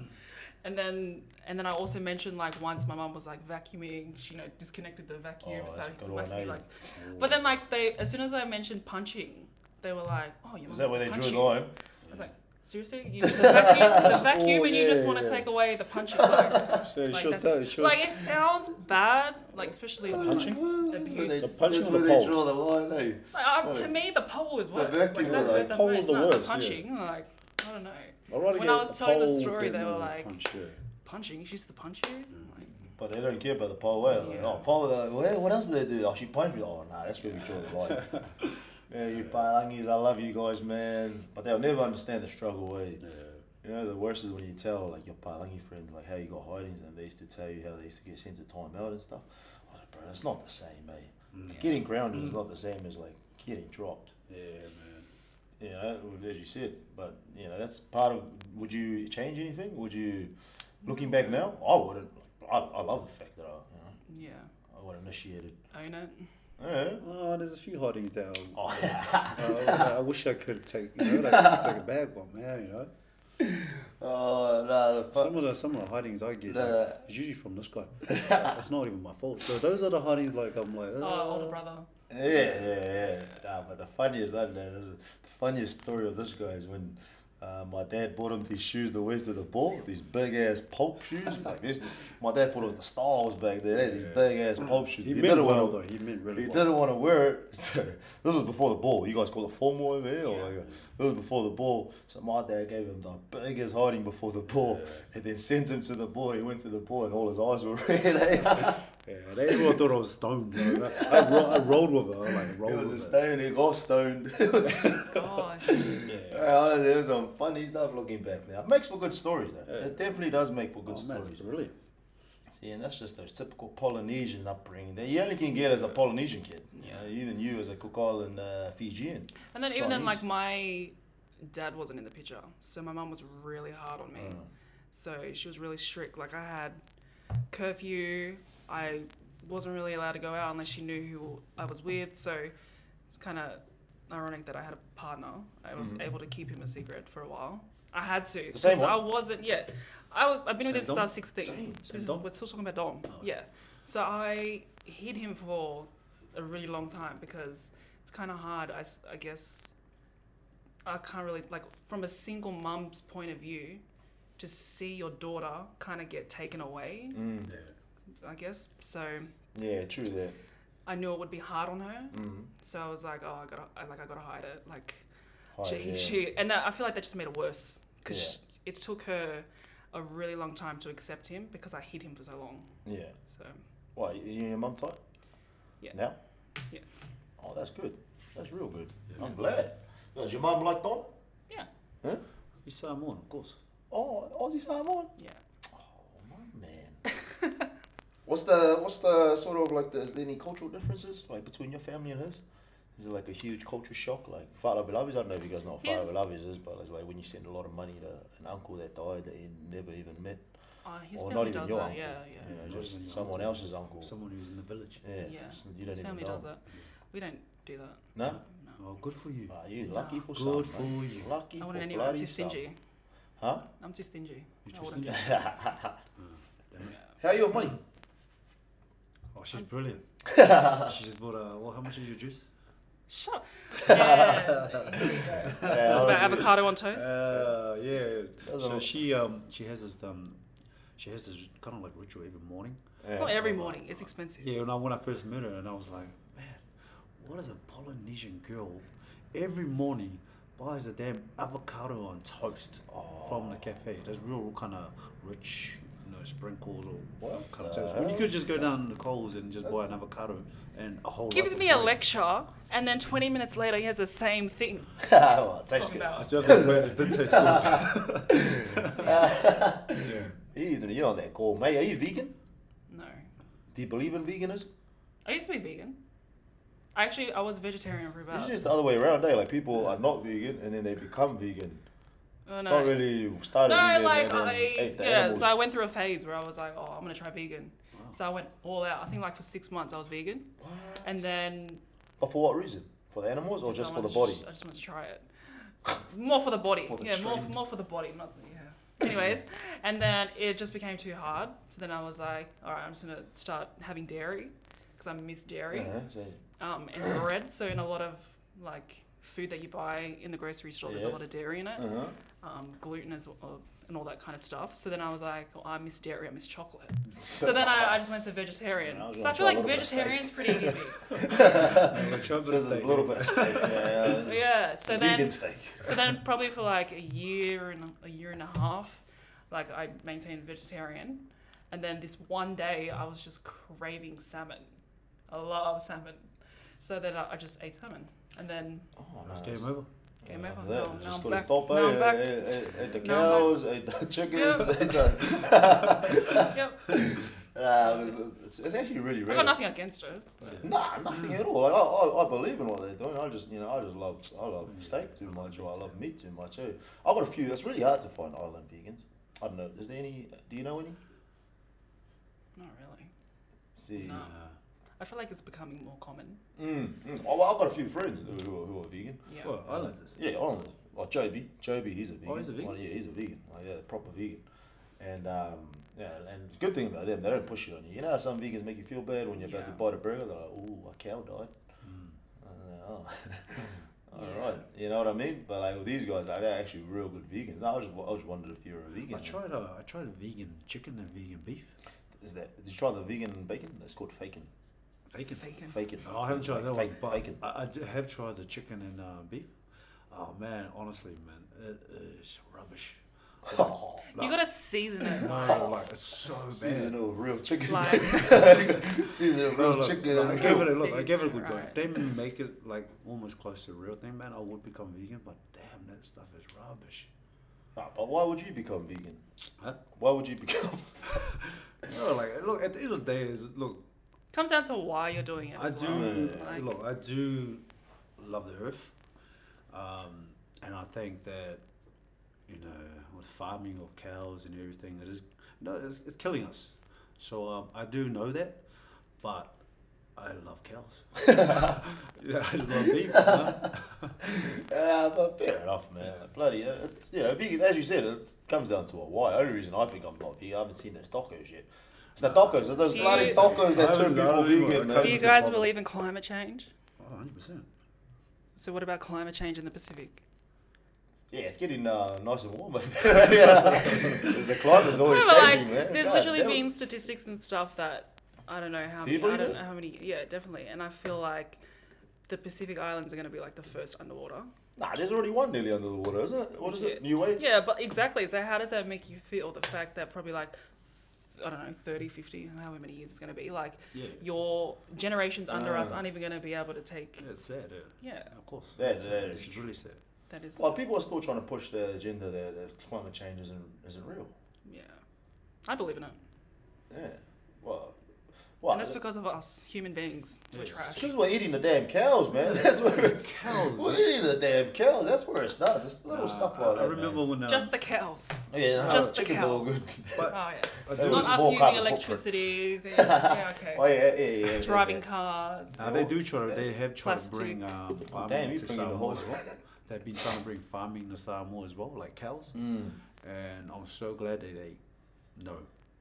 B: and then and then I also mentioned like once my mum was like vacuuming, she you know disconnected the vacuum,
A: Oh,
B: so
A: that's a good
B: whacked
A: one,
B: me,
A: eh?
B: like.
C: Oh.
B: But then like they as soon as I mentioned punching, they were like, oh, your
A: Is
B: mum's
A: that where they drew
B: punching.
A: the line?
B: I was like, seriously, you, the
C: (laughs)
B: vacuum, the vacuum
C: Oh,
B: and you
C: yeah,
B: just want to
C: yeah.
B: take away the punching.
C: (laughs)
B: Like,
C: So
B: like,
C: she'll
B: that's-
C: tell. She'll
B: like it sounds bad, like especially when, like,
C: Punching?
A: That's where they,
B: abuse.
C: The punching
A: that's
C: on
A: where
C: the
A: they
C: pole.
A: draw the line, eh?
B: Like, uh,
C: Oh,
A: Well,
B: to me, the pole is worse.
A: vacuum
B: like,
A: is
B: that,
A: like-
B: that,
C: Pole
B: that-
C: is the
B: not
C: worst, yeah.
B: Punching, like I don't know.
C: I'd rather
B: when
C: get
B: I was
C: a
B: telling the
C: pole
B: story,
C: than
B: they were
C: a
B: like-
C: punch, yeah.
B: Punching? She's the puncher.
C: Mm.
B: Like,
A: But they don't care about the pole, eh? Like,
B: Yeah.
A: oh, pole, they're like, well, what else do they do? Oh, she punched me. Oh, nah, that's where we draw the line.
B: (laughs)
A: yeah, you Palangis, I love you guys, man. But they'll never understand the struggle, eh? You know, the worst is when you tell like your Palangi friends like how you got hidings and they used to tell you how they used to get sent to timeout and stuff. I was like, bro, that's not the same, mate. Getting grounded
B: Mm.
A: is not the same as like getting dropped.
C: mm, Yeah, man.
A: You know, as you said. But you know, that's part of. Would you change anything? Would you, looking back now, I wouldn't. I, I love the fact that I, you know,
B: yeah,
A: I got initiated.
B: own it.
A: Yeah.
C: Oh, there's a few hidings there.
A: Oh, (laughs)
C: Uh, I wish I could take, you know, I could take a bag, but man, you know,
A: oh no, the
C: some of the some of the hidings I get like,
A: The-
C: it's usually from this guy. it's not even my fault. So those are the hidings like I'm like,
B: Oh,
C: uh,
B: older
C: (laughs)
B: brother.
A: Yeah, yeah, yeah. Nah, but the funniest, I don't know, this is- the funniest story of this guy is when uh, my dad bought him these shoes the waist of the ball, these big ass pulp shoes. Like this, my dad thought it was the styles back then. eh, These
C: Yeah.
A: big ass pulp shoes.
C: He,
A: He
C: meant
A: didn't
C: well
A: want
C: though. He meant
A: to.
C: really
A: He
C: well.
A: didn't want to wear it. (laughs) So this was before the ball. You guys call it formal over here, or
B: Yeah.
A: like, this was before the ball. So my dad gave him the biggest hiding before the ball, and then sent him to the ball. He went to the ball, and all his eyes were (laughs) red. Eh?
C: Yeah, they everyone thought I was stoned. Bro. I, ro- I rolled with it. I like rolled
A: it was a
C: with
A: stone. He got stoned. (laughs)
B: Gosh.
C: it. Yeah.
A: Yeah, there's some funny stuff looking back now. It makes for good stories though.
C: Yeah.
A: It definitely does make for good
C: Oh, man, it's
A: stories.
C: brilliant.
A: See, and that's just those typical Polynesian upbringing that you only can get as a Polynesian kid.
B: Yeah.
A: You know, even you as a Cook Island uh, Fijian.
B: And then even then,
A: Chinese.
B: like my dad wasn't in the picture, so my mum was really hard on me.
C: Mm.
B: So she was really strict. Like I had curfew. I wasn't really allowed to go out unless she knew who I was with. So it's kind of ironic that I had a partner. I was
A: Mhm.
B: able to keep him a secret for a while. I had to.
A: The same
B: 'cause
A: one?
B: I wasn't yet. I was, I've been
C: Same
B: with him since I
C: Dom?
B: was 16.
A: Dang,
B: This
A: same
B: is-
A: Dom?
B: we're still talking about Dom.
C: Oh,
B: yeah. So I hid him for a really long time because it's kind of hard. I, s- I guess I can't really like from a single mum's point of view to see your daughter kind of get taken away.
A: Mm.
C: Yeah.
B: I guess so.
A: Yeah, true that.
B: I knew it would be hard on her,
A: Mm.
B: so I was like, oh, I gotta, I, like I gotta hide it. Like
A: Hi,
B: she,
A: Oh, yeah.
B: she, and that, I feel like that just made it worse because
A: Yeah.
B: it took her a really long time to accept him because I hid him for so long.
A: yeah.
B: So
A: What, you you and your mum tight?
B: Yeah.
A: Now?
B: Yeah.
A: Oh, that's good. That's real good.
C: Yeah.
A: I'm glad. Does your mum like Don?
B: yeah,
C: He's Samoan, of course.
A: Oh, Aussie Samoan.
B: yeah.
A: Oh my man.
B: (laughs)
A: what's the what's the sort of like the, is there any cultural differences like between your family and his? Is it like a huge culture shock? Like Fara Bilavis, I don't know if you guys know what Fara
B: His-
A: Bilavis is, but it's like when you send a lot of money to an uncle that died that you never even met.
B: Uh, his
A: or
B: family
A: not even
B: does
A: your
B: that.
A: uncle.
B: Yeah, yeah.
A: You know,
C: Not even
A: just
C: your
A: someone
C: uncle.
A: else's uncle.
C: Someone who's in the village.
A: yeah.
B: Yeah,
A: just- You don't
B: His
A: even
B: family
A: know.
B: does that. We don't do that.
A: No?
B: No.
C: Oh, good for you.
A: Ah, you lucky for
C: Good
A: some,
C: for
A: mate.
C: you.
A: Lucky
B: I
A: for
B: wouldn't
A: bloody
B: anyway. I'm too
A: some.
B: stingy.
A: Huh?
B: I'm too stingy.
C: You're
B: I
C: too
B: wouldn't-
C: stingy?
A: (laughs) How your
C: (laughs)
A: money?
C: Oh,
A: (laughs)
C: she's brilliant. she just bought a. Well, how much is your juice?
B: Shut
A: (laughs)
B: up. Yeah.
A: Yeah,
B: Talk about
A: honestly.
B: avocado on toast.
C: Uh, yeah.
A: That's
C: So
A: all.
C: she um she has this um she has this kind of like ritual every morning.
A: Yeah.
B: Not every morning. It's expensive.
C: Yeah, and I, when I first met her, and I was like, man, what is a Polynesian girl every morning buys a damn avocado on toast
A: Oh.
C: from the cafe? That's real kind of rich, you know, sprinkles or
A: What
C: kind of
A: the
C: toast. When you
A: hell?
C: could just go down to the Coles and just buy an avocado and a whole.
B: Gives
C: loaf of
B: me a
C: bread.
B: lecture, and then 20 minutes later, he has the same thing.
A: (laughs) Well, it tastes
B: Talking
A: good.
C: I
B: about.
C: just read it did taste (laughs) good.
A: (laughs) You- You're on that call, mate. Are you vegan?
B: No.
A: Do you believe in veganism?
B: I used to be vegan. Actually, I was vegetarian for
A: It's
B: about.
A: just the other way around, eh? Like people are not vegan and then they become vegan.
B: Oh,
A: Not really started
B: No,
A: vegan
B: like
A: and then
B: I
A: ate the
B: yeah,
A: animals.
B: so I went through a phase where I was like, oh, I'm gonna try vegan.
C: Wow.
B: So I went all out. I think like for six months I was vegan,
A: What?
B: and then
A: But for what reason? For the animals or just
B: I
A: for the
B: wanted to
A: body?
B: just- I just wanted to try it. More for the body,
A: For the
B: yeah. More,
A: trend.
B: more for the body, not yeah. Anyways, and then it just became too hard. So then I was like, all right, I'm just gonna start having dairy because I miss dairy.
A: Uh-huh, so
B: um, and bread. So in a lot of like food that you buy in the grocery store, there's a
A: Yeah.
B: lot of dairy in it,
A: Uh-huh.
B: um, gluten as well, and all that kind of stuff. So then I was like, oh, I miss dairy, I miss chocolate. So then I, I just went to vegetarian.
A: Yeah, (laughs) I was
B: so
A: gonna
B: I feel
A: try a
B: like
A: little bit of steak.
B: vegetarian's pretty easy.
A: (laughs)
C: Just a
A: Just a little bit of steak. (laughs) Yeah, yeah.
B: yeah. So
A: Vegan
B: then,
A: steak.
B: so then probably for like a year and a year and a half, like I maintained vegetarian, and then this one day I was just craving salmon. I love salmon. So then I, I just ate salmon, and then
A: Oh,
C: That's
A: nice.
C: game over.
B: Game over.
A: That
B: Now-
A: was
B: now
A: just
B: I'm
A: gotta
B: back.
A: stop, eh?
B: Now I'm back.
A: Eh, eh, eh, the
B: Now I'm
A: cows, eh, the chickens,
B: Yeah.
A: eh, the-
B: (laughs)
A: (laughs)
B: yep.
A: Nah, it was- it's, it's actually really
B: I've got
A: rare.
B: nothing Mm. against it.
A: Nah, nothing at all. Like, I, I, I believe in what they're doing. I just, you know, I just love, I love
B: Mm.
C: Yeah,
A: steak too
C: I love
A: much, or I
C: meat,
A: love
C: yeah.
A: meat too much. Eh? I got a few. It's really hard to find island vegans. I don't know. Is there any? Do you know any?
B: Not really.
A: See.
B: No. I feel like it's becoming more common.
A: Mm, mm. Oh, well, I've got a few friends who, who, are, who are vegan.
B: Yeah.
C: Well, I like this.
A: Yeah, honestly. Like Joby, Joby, he's a vegan.
C: Oh, he's a vegan?
A: yeah, he's a vegan. Like, yeah, proper vegan. And um, yeah, and the good thing about them, they don't push it on you. You know, how some vegans make you feel bad when you're about to
B: Yeah.
A: bite a burger. They're like, "Ooh, a cow died."
C: Mm.
A: And they're like, Oh. (laughs) All right,
B: Yeah.
A: you know what I mean? But like with these guys, like they're actually real good vegans. No, I just, I just wondered if you're a vegan.
C: I tried a, I tried a vegan chicken and vegan beef.
A: Is that? Did you try the vegan bacon? It's called faking.
C: Bacon.
B: Faking.
A: Faking.
C: No, Oh, I haven't tried that
A: fake
C: one, but (laughs)
A: bacon.
C: I, I d- have tried the chicken and uh, beef. Oh man, honestly, man, it is rubbish.
A: Oh,
B: You gotta season it.
C: No, like it's so bad.
A: seasonal real chicken.
B: Like,
A: (laughs) seasonal
C: No,
A: real
C: look,
A: chicken.
C: like, I
A: and
C: gave
A: milk.
C: it a look. I gave it a good go.
B: Right.
C: If they make it like almost close to the real thing, man, I would become vegan. But damn, that stuff is rubbish.
A: Nah, but why would you become vegan?
C: Huh?
A: Why would you become? (laughs)
C: No, like look. At the end of the day, is look.
B: comes down to why you're doing it.
C: I
B: as
C: do
B: Well.
A: Yeah.
B: Like-
C: look. I do love the earth, um, and I think that you know with farming of cows and everything, it is no, it's, it's killing us. So um, I do know that, but I love cows. (laughs) yeah, I just love beef. you know?
A: Uh, but fair enough, man. Bloody, uh, it's, you know, vegan, as you said, it comes down to a why. The only reason I think I'm not vegan, I haven't seen those tacos yet. It's the tacos. It's those
B: Do
A: bloody
B: you-
A: tacos that
C: I
A: turn
C: haven't-
A: people
C: I don't even-
A: vegan.
C: I
A: man.
B: Do you guys believe in climate change?
C: (laughs) Oh, 100 percent.
B: So what about climate change in the Pacific?
A: Yeah, it's getting uh, nice and warm. over there. (laughs) yeah. 'Cause the climate's always
B: No, but like,
A: changing, Oh, man.
B: there's
A: God
B: literally
A: damn.
B: been statistics and stuff that I don't know how
A: Do you
B: many. I
A: believe
B: don't
A: it?
B: know how many. Yeah, definitely. And I feel like the Pacific Islands are gonna be like the first underwater.
A: Nah, there's already one nearly under the water, isn't it? What is it? New Way?
B: Yeah, but exactly. So how does that make you feel? The fact that probably like, I don't know, 30, 50, however many years it's going to be, like
C: Yeah,
B: your generations under us
A: Ah.
B: aren't even going to be able to take.
C: yeah, it's sad. Yeah,
B: Yeah,
C: of course.
A: Yeah,
C: it's,
A: yeah,
C: sad.
A: it's
C: it's really sad.
B: that is.
A: Well, people are still trying to push their agenda that uh, climate change isn't, isn't real.
B: yeah, I believe in it,
A: Yeah. Well, well
B: and that's because of us human beings. We're
C: Yes.
B: trash.
A: Because we're eating the damn cows, man. (laughs) That's where it's.
C: Cows.
A: We're eating the damn cows. That's where it starts. It's little
C: Nah,
A: stuff
C: I-
A: like that.
C: I remember when um,
B: Just the cows.
A: Man. Yeah, no,
B: just the
A: chicken's all
B: cows.
A: good.
B: Oh
C: but
B: yeah,
C: I
A: That
C: do
A: was
B: not us
A: more
B: using
A: carbon
B: electricity. thing. yeah, okay.
A: (laughs) oh yeah, yeah, yeah. yeah
B: Driving
A: yeah.
B: cars.
C: Now they do try to. They have tried
B: Plastic.
C: to bring um,
A: (laughs)
C: farming
A: Damn, you
C: to
A: bringing the whole-
C: Samoa as well. They've been trying to bring farming to Samoa as well, like cows.
A: Mm.
C: And I'm so glad that they no,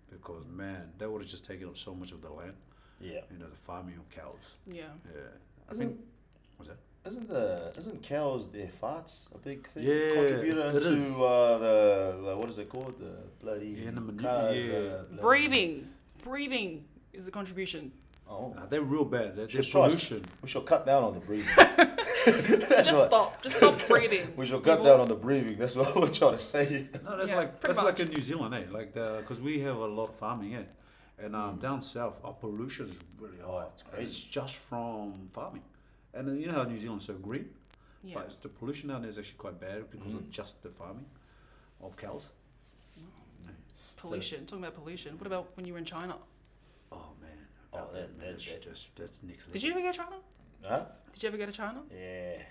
C: because man, they would have just taken up so much of the land.
A: Yeah.
C: You know, the farming of cows.
B: Yeah.
C: Yeah, I think
A: Isn't
C: was that
A: isn't the isn't cows their farts a big thing?
C: Yeah,
A: contributor
C: it's- it
A: to
C: is.
A: uh, the, the what is it called? The bloody
C: Yeah, the manu-
A: car-
C: yeah.
A: the bloody-
B: Breathing, breathing is a contribution.
A: Oh,
C: nah, they're real bad. They're, they're
A: Just try-
C: pollution.
A: we shall cut down on the
B: (laughs)
A: breathing.
B: just
A: what-
B: stop. Just stop breathing.
A: we shall cut
B: People-
A: down on the breathing. That's what (laughs) we're trying to say.
C: No, that's
B: Yeah,
C: like
B: pretty
C: that's like in New Zealand, eh? Like the because we have a lot of farming, eh? And um, down south, our pollution is really high.
A: Mm. it's
C: and It's just from farming, and then you know how New Zealand's so green,
B: Yeah. Mm.
C: but the pollution down there is actually quite bad because of just the farming of cows.
B: Pollution. Talking about pollution. What about when you were in China?
C: Oh man,
A: Oh,
C: about
A: that,
C: that, man. that's just that's next level.
B: Did you ever go to China?
A: Huh?
B: Did you ever go to China?
C: (laughs)
A: Yeah.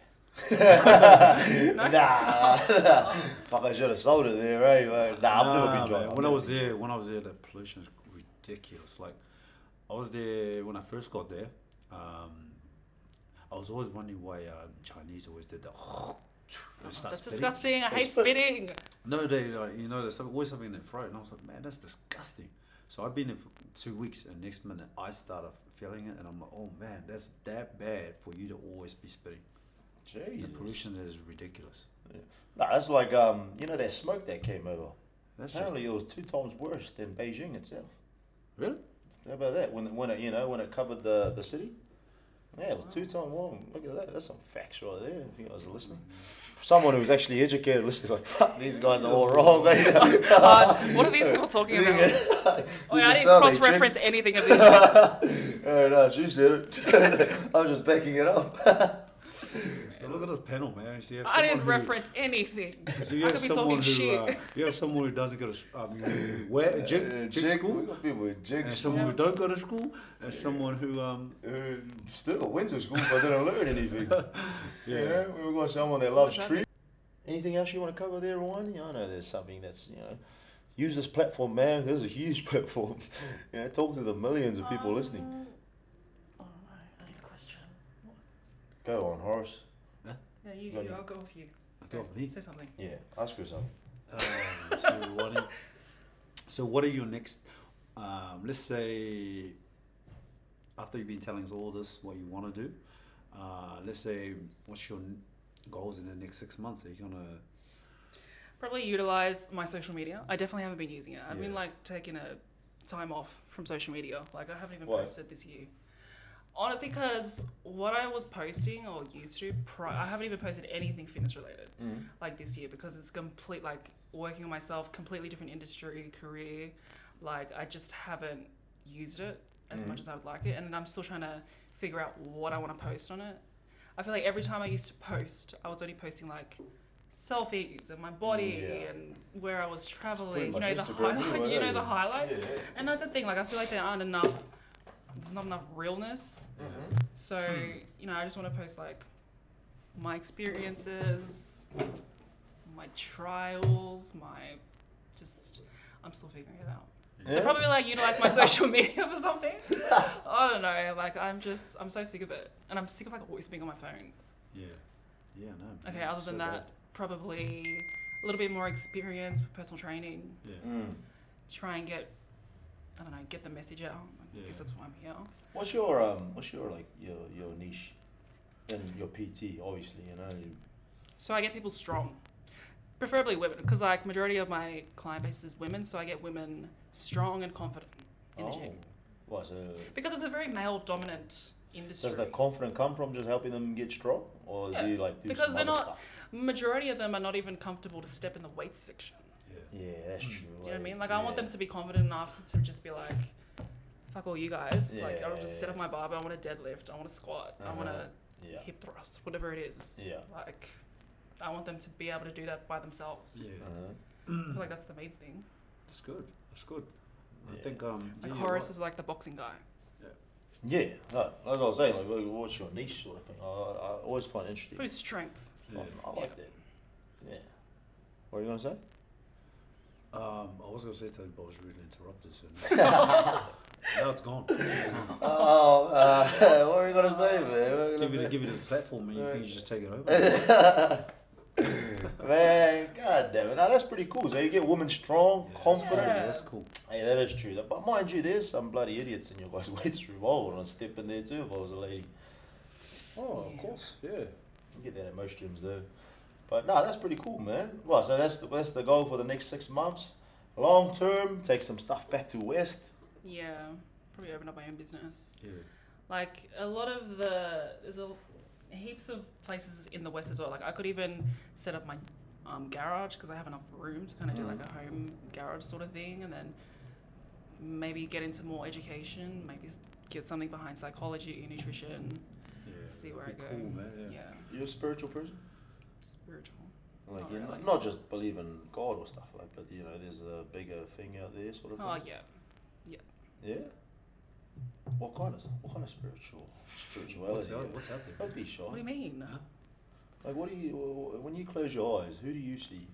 B: No?
A: Nah, nah. Fuck, I should have sold it there, eh? But nah, I've never been
C: Nah,
A: drunk. I've
C: man, When I
A: never
C: was
A: been
C: there, when I was there, the pollution is ridiculous. Like, I was there when I first got there. Um, I was always wondering why um, Chinese always did the. (laughs) and start
B: That's
C: spitting.
B: disgusting. I
A: They
B: hate
A: spit.
B: spitting.
C: No, they like you know there's some- always something in their throat, and I was like, man, that's disgusting. So I've been there for two weeks, and next minute I started feeling it, and I'm like, oh man, that's that bad for you to always be spitting.
A: drunk.
C: The
A: Jesus.
C: pollution is ridiculous.
A: Nah, that's like um, you know that smoke that came over.
C: That's just
A: Apparently, it was two times worse than Beijing itself.
C: really.
A: How about that? When it, when it you know when it covered the the city, yeah, it was two times long. Look at that. That's some facts right there. If you guys are listening, someone who was actually educated listening is like, fuck, these guys are all
C: (laughs)
A: wrong. (laughs) mate."
B: God, what are these people talking
A: You
B: about? Oh, yeah,
A: can
B: I
A: tell
B: didn't
A: they
B: cross reference
A: (laughs)
B: anything of this.
A: Oh no, she said it. (laughs) I'm just backing it up.
C: So look at this panel, man. So you
B: I
C: have
B: didn't
C: someone who-
B: reference anything.
C: So you
B: I
C: have
B: could be
C: someone
B: talking
C: who
B: shit.
C: uh, you have someone who doesn't go to sch- um, where jig,
A: Uh,
C: jig,
A: jig- we
C: school,
A: got people with jig
C: and
A: school.
C: someone who don't go to school, and someone who um
A: Uh, still went to school but didn't learn
C: (laughs)
A: anything.
C: yeah.
A: You know, we've got someone that loves
B: What's
A: trees. Anything else you want to cover there, Ryan? Yeah, I know there's something that's, you know, use this platform, man. This is a huge (laughs) platform. you know, talk to the millions of people listening.
B: Um, I don't know. I need a question.
A: Go on, Horace.
B: Yeah, you,
A: Go
B: you,
A: on.
B: I'll go with you.
C: Go off me.
B: Say something.
A: Yeah, ask her something.
C: Um, so, what are, so what are your next? Um, let's say after you've been telling us all this, what you want to do. Uh, let's say what's your n- goals in the next six months? Are you gonna
B: Probably utilize my social media. I definitely haven't been using it. I've been
C: Yeah.
B: like taking a time off from social media. Like I haven't even
A: Why?
B: posted this year. Honestly, because what I was posting or used to, pri- I haven't even posted anything fitness related
A: Mm.
B: like this year because it's complete like working on myself, completely different industry career. Like I just haven't used it as
A: Mhm.
B: much as I would like it, and then I'm still trying to figure out what I want to post on it. I feel like every time I used to post, I was only posting like selfies and my body
A: Mm, yeah.
B: and where I was
A: pretty
B: traveling. You
A: much
B: know the
A: Instagram
B: highlight,
A: anyway,
B: you know
A: yeah.
B: the highlights.
A: Yeah.
B: And that's the thing. Like I feel like there aren't enough. There's not enough realness
A: Mhm.
B: so,
C: Hmm.
B: you know, I just want to post like my experiences, my trials, my just, I'm still figuring it out. So,
A: Yeah.
B: probably like utilize
C: (laughs)
B: my social media for something. I don't know. Like, I'm just, I'm so sick of it. And I'm sick of like always being on my phone.
C: yeah yeah no man,
B: Okay, other
C: Mm, so
B: than that, probably a little bit more experience with personal training.
C: bad. yeah
A: Mm.
B: Try and get, I don't know, get the message out. I
C: Yeah.
B: guess that's why I'm here.
A: What's your, um, what's your, like, your, your niche? And your PT, obviously, you know. You,
B: So I get people strong, preferably women, because like majority of my client base is women. So I get women strong and confident in the
A: oh.
B: gym
A: What, so
B: because it's a very male dominant industry.
A: does the confidence come from just helping them get strong? Or
B: Yeah,
A: do you, like, do
B: because
A: some
B: they're
A: other
B: not-
A: stuff?
B: majority of them are not even comfortable to step in the weight section.
C: yeah.
A: Yeah, that's true.
B: Do you know what I
A: eh?
B: mean? Like I want
A: Yeah.
B: them to be confident enough to just be like, "Fuck all you guys!" Like I'll
A: Yeah.
B: just set up my barbell. I want to deadlift. I want to squat. I want
A: Uh-huh.
B: to
A: Yeah.
B: hip thrust. Whatever it is,
A: Yeah.
B: like I want them to be able to do that by themselves.
C: yeah
A: Uh-huh.
B: I feel like that's the main thing.
C: that's good that's good.
A: Yeah.
C: I think um
B: Like
C: yeah, you're
B: Horace
C: right.
B: is like the boxing guy.
A: Yeah, no, that's what I was saying. Like, what- what's your niche sort of thing? I, I always find it interesting.
B: Probably strength.
A: I,
C: Yeah.
A: I like that. Yeah. What are you gonna
C: (laughs)
A: say? (laughs)
C: Um, I was gonna say something, but I was really interrupted. So now it's gone. It's gone.
A: oh, uh, (laughs) what are you gonna say, man? What are you
C: Give
A: gonna
C: it,
A: say?
C: give it this platform, and you think you just take it over.
A: (laughs) man, god damn it! Now that's pretty cool. So you get women strong,
C: Yeah, that's cool,
A: confident.
B: Yeah.
C: That's cool.
A: Hey, that is true. But mind you, there's some bloody idiots in your guys' (laughs) weights room. I would step in there too if I was a lady.
C: Oh,
B: of Yeah.
C: course. Yeah.
A: You get that at most gyms though. But no, that's pretty cool, man. Well, so that's the, that's the goal for the next six months. Long term, take some stuff back to West.
B: (laughs) Yeah, probably open up my own business.
C: Yeah.
B: Like a lot of the there's a heaps of places in the west as well. Like I could even set up my um, garage because I have enough room to kind of do
A: Mm.
B: like a home garage sort of thing, and then maybe get into more education. Maybe s- get something behind psychology, nutrition.
C: yeah.
B: See where
C: Be
B: I go.
C: Cool, man.
B: Yeah,
C: Yeah.
A: You a spiritual person?
B: spiritual.
A: Like
B: Not
A: you
B: really.
A: not just believe in God or stuff like, but you know, there's a bigger thing out there, sort of.
B: Oh
A: thing.
B: yeah,
A: Yeah. What kind of what kind of spiritual
C: What's
A: spirituality?
C: out, what's out there? (laughs)
A: Don't be shy.
B: What do you mean?
C: Huh?
A: Like, what do you wh- wh- when you close your eyes? Who do you see?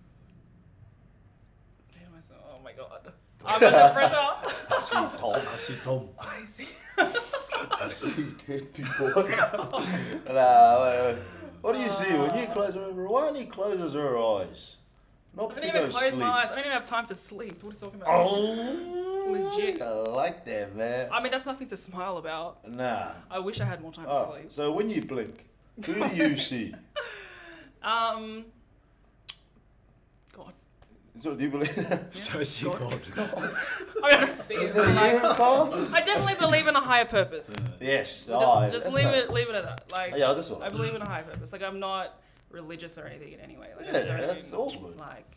B: Damn, I said, Oh my
A: (laughs)
B: god. I'm in the river.
A: I
C: (laughs)
A: see Tom.
C: I see Tom.
B: (laughs) I see.
A: I see dead
C: (laughs)
A: people. nah, what do you see when you close your eyes? Rwani closes her eyes, not
B: I
A: to
B: don't
A: go
B: even close
A: sleep.
B: my eyes. I don't even have time to sleep. What are you talking about?
A: Oh,
B: Legit.
A: I like that, man.
B: I mean, that's nothing to smile about.
A: Nah.
B: I wish I had more time
A: Oh,
B: to sleep.
A: so when you blink, who
B: (laughs)
A: do you see?
B: Um. God. (laughs)
A: So do you believe?
C: So I see God.
B: I mean, I don't see it.
A: Is
B: but,
A: (laughs) that you,
B: like,
A: Carl?
B: (laughs) I definitely believe in a higher purpose.
A: Yes.
B: Just,
A: oh,
B: just
A: that's
B: leave
A: not-
B: it. Leave it at that. Like,
A: Oh, Yeah, this one.
B: I believe in a higher purpose. Like, I'm not religious or anything in any way. Like, I
A: Yeah,
B: don't,
A: that's all good.
B: Like,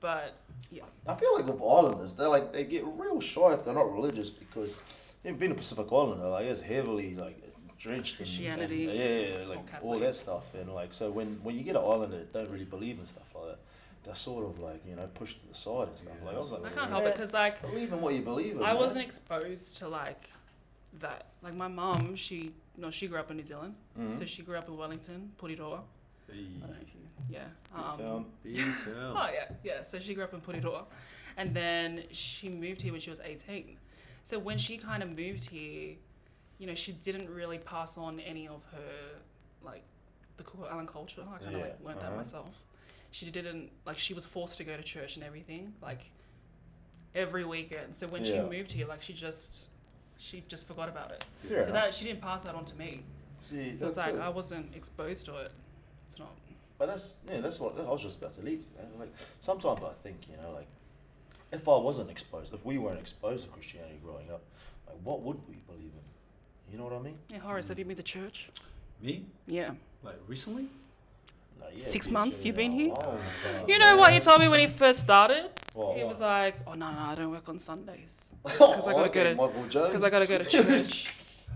B: but yeah.
A: I feel like with Islanders, they're like they get real shy if they're not religious because you know, being a Pacific Islander, like it's heavily like drenched in
B: Christianity
A: and- yeah, yeah, like
B: Catholic.
A: all that stuff, and like so when when you get an Islander that don't really believe in stuff like that, they're sort of like you know pushed to the side and stuff.
C: Yeah.
A: Like I was like,
B: I can't help it because like
A: believe in what you believe in.
B: I
A: man.
B: wasn't exposed to like that. Like my mum, she no, she grew up in New Zealand,
A: Mhm.
B: so she grew up in Wellington, Porirua. I don't know if you, yeah.
A: Good
B: Um,
A: town.
B: oh yeah, yeah. So she grew up in Porirua, and then she moved here when she was eighteen. So when she kind of moved here, you know, she didn't really pass on any of her like the Cook Island culture. I kind of
A: Yeah,
B: like learned
A: uh-huh.
B: that myself. She didn't like she was forced to go to church and everything like every weekend. So when
A: Yeah.
B: she moved here, like she just she just forgot about it.
A: Fair
B: So
A: enough.
B: that she didn't pass that on to me.
A: See,
B: So it's
A: that's
B: like
A: it.
B: I wasn't exposed to it. It's not.
A: But that's yeah, that's what I was just about to lead. To, man. Like sometimes I think you know, like if I wasn't exposed, if we weren't exposed to Christianity growing up, like what would we believe in? You know what I mean?
B: Yeah, Horace, have you been to church?
C: Me?
B: Yeah.
C: Like recently?
A: Like,
B: Six
A: bitch,
B: months you've been
A: yeah,
B: here?
A: oh,
B: (laughs)
A: God,
B: You know what?
A: man. (laughs)
B: You told me when he first started.
A: Well,
B: He
A: well. (laughs)
B: was like, "Oh no, no, I don't work on Sundays
A: because
B: I gotta go to-
A: Michael
B: (laughs)
A: Jones.
B: because I gotta go
A: (laughs)
B: to
C: (laughs)
B: church."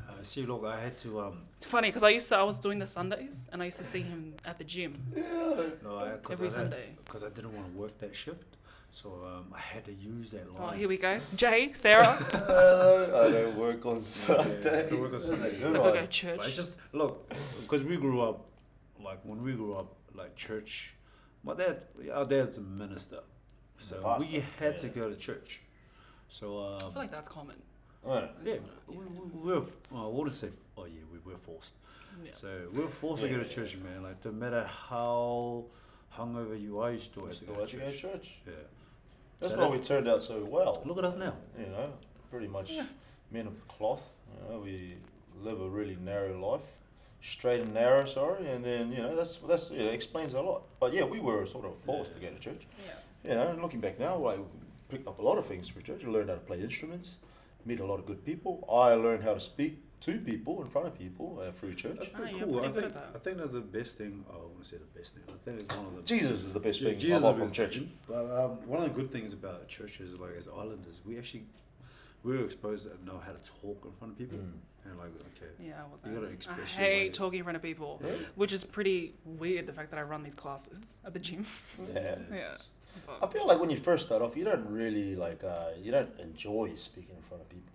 C: Uh, see, look, I had to. um
B: It's funny because I used to I was doing the Sundays and I used to see him at the gym
C: No, I, cause
B: every
C: I
B: Sunday.
C: Because I didn't want to work that shift. So um, I had to use that line.
B: Oh, here we go. Jay,
C: (laughs)
B: Sarah,
A: I don't work (laughs) on
C: Yeah, I
A: Sunday.
C: don't work on Sundays.
B: so I
A: Good
B: gotta go to
A: one.
B: church.
C: But it's just look, because we grew up, like when we grew up, like church. My dad, our dad's a minister, so
A: pastor,
C: we had to
A: yeah.
C: go to church. So
B: I
C: um,
B: feel like that's common.
A: Alright.
C: yeah,
B: That's what I-
C: we, we were. Well, I want to say, oh yeah, we were forced.
B: yeah.
C: So we were forced to
A: Yeah,
C: go to
A: yeah,
C: church, man. Like no matter how hungover you are, you still have to
A: Just
C: go
A: go
C: to
A: to
C: church.
A: church.
C: Yeah.
A: That's
C: So
A: why we turned out so well.
C: Look at us now.
A: you know, pretty much
B: Yeah.
A: men of cloth. You know, we live a really narrow life, straight and narrow. Sorry, and then you know that's that's you know, explains a lot. But yeah, we were sort of forced to go to church.
B: Yeah.
A: You know, and looking back now, I picked up a lot of things from church. I learned how to play instruments, meet a lot of good people. I learned how to speak to people in front of people uh, through church.
C: That's pretty
B: yeah,
C: cool.
B: pretty
C: I
B: good
C: think,
B: at that.
C: I think that's the best thing. I want to say the best thing. I think it's one of the
A: Jesus is the best
C: Yeah,
A: thing I
C: Jesus
A: got from
C: is-
A: church.
C: But um, one of the good things about church is like as islanders, we actually we were exposed to know how to talk in front of
A: Mm.
C: people and like okay,
B: Yeah, I wasn't.
C: You gotta
B: I
C: express your way.
B: hate talking in front of people, which is pretty weird. The fact that I run these classes at the gym.
A: Yeah.
B: (laughs) yeah.
A: I
C: Uh,
B: But
A: feel like when you first start off, you don't really like uh, you don't enjoy speaking in front of people.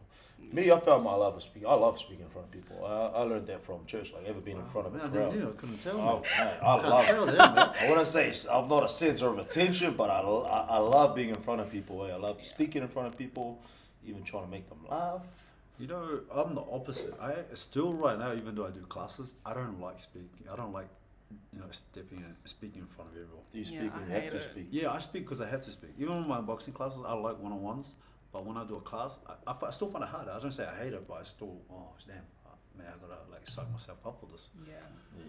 A: Me, I found my love of speaking. I love speaking in front of people. I, I learned that from church. Like ever being in front of
C: man,
A: a
C: I didn't
A: crowd.
C: know, I couldn't tell.
A: Oh,
C: man.
A: man, I
C: Can't
A: love.
C: tell
A: It.
C: them, man.
A: I wouldn't say s- I'm not a center of attention, but I, l- I- I love being in front of people. eh? I love speaking in front of people, even trying to make them laugh.
C: You know, I'm the opposite. I still right now, even though I do classes, I don't like speaking. I don't like you know stepping in, speaking in front of everyone.
A: Do you
B: Yeah,
A: speak
B: I
A: when you have
B: hate
A: to
B: it.
A: speak?
C: Yeah, I speak because I have to speak. Even in my boxing classes, I like one on ones. But when I do a class, I, I, fi- I still find it hard. I don't say I hate it, but I still, oh, damn, uh, man, I gotta like psych myself up for this.
B: yeah.
A: Yeah,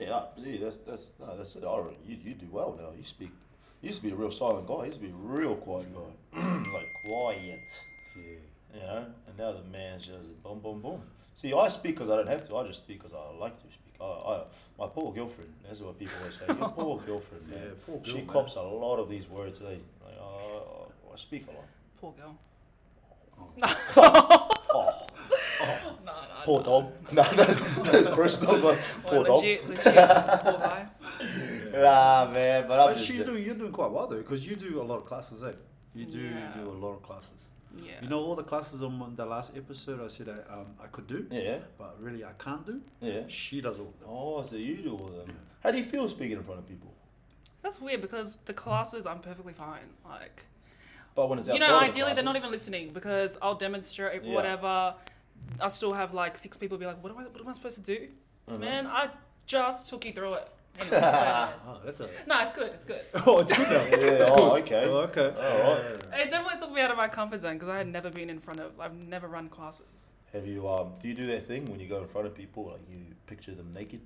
A: yeah, I- yeah. That's that's no, that's it. I re- you you do well now. You speak. You used to be a real silent guy. You used to be a real quiet guy, (clears throat) like quiet.
C: Yeah.
A: You know, and now the man's just boom, boom, boom. See, I speak because I don't have to. I just speak because I like to speak. I, I, my poor girlfriend. That's what people always say. Your
C: (laughs)
A: poor girlfriend, man.
C: Yeah, poor
A: she
C: girl, man.
A: cops a lot of these words. Eh? Like, I- I, I speak
C: (laughs)
A: a lot.
B: Poor girl. (laughs)
A: Oh,
B: No, no.
A: poor
B: no.
A: dog. (laughs) No, no, personal, but
C: (laughs)
B: Well,
A: poor dog.
B: legit, legit. poor (laughs) guy.
A: Nah, man. But I'm
C: But
A: just.
C: she's doing, you're doing quite well though, because you do a lot of classes, eh? You do
B: Yeah.
C: do a lot of classes.
B: Yeah.
C: You know, all the classes on mon- the last episode I said I, um, I could do,
A: (laughs) Yeah.
C: but really I can't do.
A: Yeah.
C: She does all of them.
A: Oh, so you do all of them. How do you feel speaking in front of people?
B: That's weird because the classes I'm perfectly fine. Like
A: But when it's
B: you
A: outside
B: know,
A: of the
B: ideally they're not
A: classes-
B: even listening because I'll demonstrate
A: Yeah.
B: whatever. I still have like six people be like, "What am I? What am I supposed to do?"
A: (laughs)
B: Man, I just took you through it. Anyway, (laughs) it's hilarious.
C: Oh, that's a.
B: no, it's good. It's
C: (laughs)
B: good.
C: Oh, it's good now.
A: Yeah. Oh, okay.
C: Oh, okay. (laughs)
A: Alright.
B: It definitely took me out of my comfort zone because I had never been in front of. I've never run classes.
A: Have you um? Do you do that thing when you go in front of people, like you picture them naked?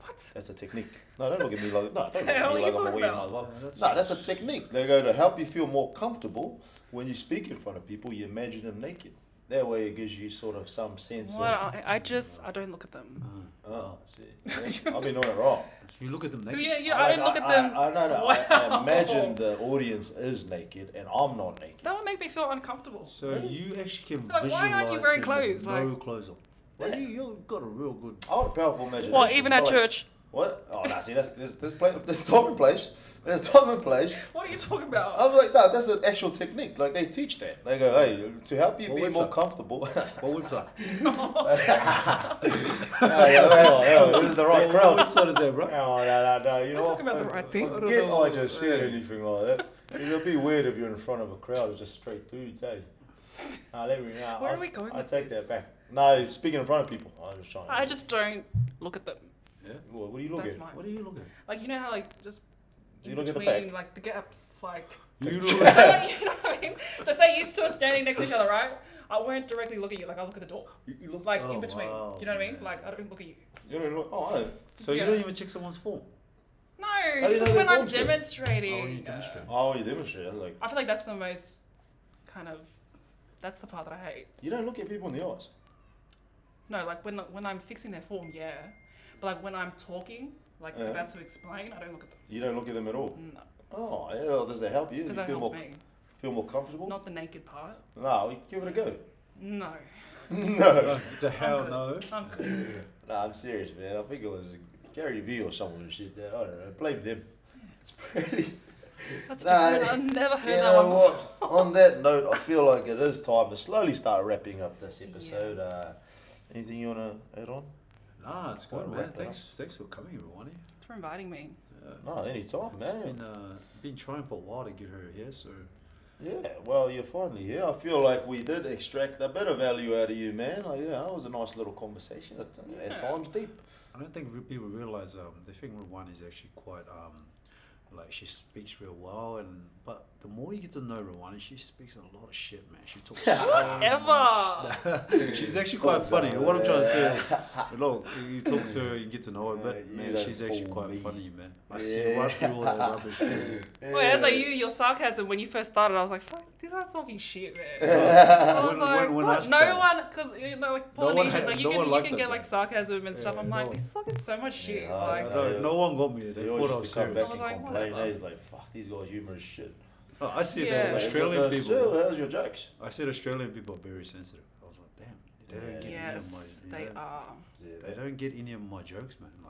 B: What?
A: That's a technique. No, don't look at me like no. Don't look
B: What
A: at
B: are
A: me
B: you
A: like I'm a
B: talking
A: weird
B: about?
A: mother.
C: Yeah, that's
A: No, that's a
C: just-
A: technique. They're going to help you feel more comfortable when you speak in front of people. You imagine them naked. That way, it gives you sort of some sense.
B: What?
A: Of,
B: I, I just I don't look at them.
C: Uh,
A: oh, see,
B: (laughs)
A: yeah, I've been doing it wrong.
C: You look at them naked.
B: Yeah, yeah. I don't look at them.
A: I, I, no, no. I, I
B: Wow.
A: imagine the audience is naked and I'm not naked.
B: That would make me feel uncomfortable.
C: So you actually can
B: Like,
C: visualize.
B: why aren't you wearing
C: them with
B: clothes?
C: No
B: Like-
C: clothes on. Well,
A: Yeah.
C: you you've got a real good.
A: I want a powerful imagination.
B: What? Even at
A: but like-
B: church?
A: What? Oh, no, see, that's this this place, this time and place, this time and place.
B: What are you talking about?
A: I was like, no, that's an actual technique. Like they teach that. They go, hey, to help you
C: Well,
A: be
C: what's
A: more
C: up? (laughs)
B: (laughs)
A: comfortable. (laughs)
C: What website?
B: Oh.
A: Yeah, yeah, well, yeah, this is the right
C: What
A: crowd.
C: website is that,
A: Oh,
C: (laughs) bro?
A: no, no, no, you
B: We're
A: know what?
B: talking about the right thing.
A: Forget I just said anything like that. It'll be weird if you're in front of a crowd of just straight dudes, eh? Nah, let me, nah,
B: Where
A: I,
B: are we going
A: I
B: with
A: take
B: this?
A: that back. No, speaking in front of people. I'm just trying to.
B: I just don't look at them.
C: Yeah.
A: What, what do you look
B: That's
A: at?
B: mine.
C: What are you looking
B: Like you know how like just
A: You
B: in
A: look at the
B: between
A: back.
B: like the gaps,
A: (laughs)
B: like (laughs)
C: at? You
A: Check.
C: look.
B: you know what I mean? So say you two are standing next to each other, right? I won't directly look at you, like I look at the door.
C: You look
B: Like
C: oh,
B: in between.
C: wow,
B: you know what I mean?
C: man.
B: Like I don't look at you.
A: You don't look. Oh, no.
C: So you
B: Yeah.
C: don't even check someone's form.
B: No,
A: do you
B: this
A: know
B: is
A: they
B: when I'm
A: formed you?
B: demonstrating.
C: Oh, you
B: uh,
C: demonstrate.
A: Oh, you demonstrate. I was like,
B: I feel like that's the most kind of that's the part that I hate.
A: you don't look at people in the eyes.
B: No, like when when I'm fixing their form, yeah. But like when I'm talking, like
A: Yeah.
B: about to explain, I don't look at them.
A: You don't look at them at all.
B: No,
A: Oh, yeah, well, does that help you? You
B: because that
A: feel
B: helps
A: more,
B: me.
A: feel more comfortable?
B: Not the naked part.
A: No, we give it a
B: (laughs)
A: go.
B: No,
A: no.
C: No, It's a hell
B: good.
C: no.
B: I'm good.
A: No, I'm serious, man. I think it was Gary Vee or someone who said that. I don't know. Blame them. It's
B: (laughs)
A: pretty.
B: That's
A: Nah,
B: different. I've never heard
A: You
B: that one.
A: know what? On that note, I feel like it is time to slowly start wrapping up this episode. Uh, anything you want to add on?
C: Nah, it's
A: Well,
C: good,
A: wrap
C: man.
A: it
C: Thanks, thanks for coming, Ronnie.
B: Thanks for inviting me.
C: Yeah.
A: No, any time,
C: It's
A: man.
C: been uh, been trying for a while to get her here, so
A: Yeah, well, you're finally here. I feel like we did extract a bit of value out of you, man. Like, yeah, that was a nice little conversation. At,
B: Yeah.
A: at times, deep.
C: I don't think re- people realize um, they think Rowan is actually quite um, like she speaks real well, and but the more you get to know Rowan, she speaks a lot of shit, man.
B: (laughs)
C: She talks. so
B: Ever.
C: much. (laughs) She's actually quite
A: Talks a
C: funny.
A: lot,
C: What I'm trying to say
A: yeah.
C: is, look, you talk to her, you get to know her,
A: Yeah,
C: but
A: you
C: man,
A: don't
C: she's actually
A: fool
C: quite
A: me.
C: funny, man. I see
A: Yeah.
C: right through all
A: (laughs)
C: that rubbish. man.
B: Wait, as Oh, like you, your sarcasm when you first started, I was like, "Fuck, this guy's talking shit,
A: (laughs)
B: man." I was
C: When-
B: like,
C: when- when I
B: "What?" no
C: started-
B: one, because you know, like
C: No one
B: Polynesians,
C: had-
B: like you
C: no one
B: can you
C: liked
B: can
C: it,
B: get
C: man.
B: like sarcasm and stuff.
C: Yeah,
B: I'm
C: no
B: like,
C: one-
B: "This is talking so much shit."
A: Yeah, I
B: like,
A: know.
C: No, no one got me. They
A: They
C: thought I
A: always
C: was
A: just come back
C: serious.
B: I was
A: and
B: like,
A: complain.
B: whatever.
A: They was like, fuck, these guys humor is shit.
C: No, I said
B: Yeah.
C: that
A: Like,
C: Australian
A: it's like,
C: people.
A: So, how's your jokes?
C: I said Australian people are very sensitive. I was like, damn, they don't get any of my.
B: yes,
C: you
B: they
C: know,
B: are.
A: (laughs)
C: They don't get any of my jokes, man. Like,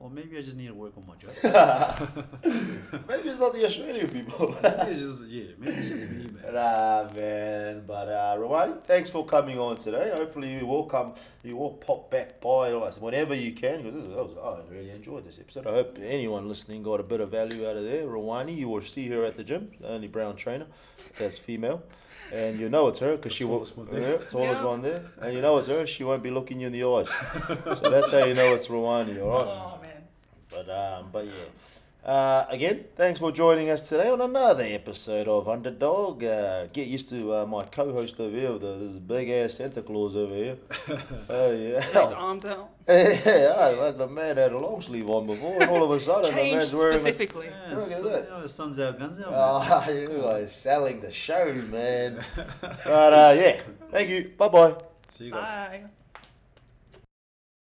C: or maybe I just need to work on my
A: (laughs)
C: jokes.
A: Maybe it's not the Australian people.
C: maybe it's just, yeah, maybe it's just me, man.
A: Nah, man. But uh, Rawani, thanks for coming on today. Hopefully you will come, you will pop back by us whenever you can. Because this was, I really enjoyed this episode. I hope anyone listening got a bit of value out of there. Rawani, you will see her at the gym. The only brown trainer that's female. And you know it's her because she will.
C: tallest one
A: Yeah,
C: there.
A: tallest
B: Yeah.
A: one there. And you know it's her. She won't be looking you in the eyes. so that's how you know it's Rawani. All right.
B: Oh man.
A: But um, but yeah. Uh, again, thanks for joining us today on another episode of Underdog. Uh, get used to uh, my co-host over here, with the, this big ass Santa Claus over here. oh
B: His
A: yeah.
B: arms out.
A: (laughs) yeah, I- like the man had a long sleeve on before, and all of a sudden the
B: Change
A: man's wearing. A,
B: specifically.
C: Yeah,
A: Look at
C: sun-
A: that.
C: you know, the sun's out, guns out,
A: (laughs)
C: man.
A: oh, you are selling the show, man. but uh, yeah, thank you. Bye bye.
C: See you guys.
B: Bye.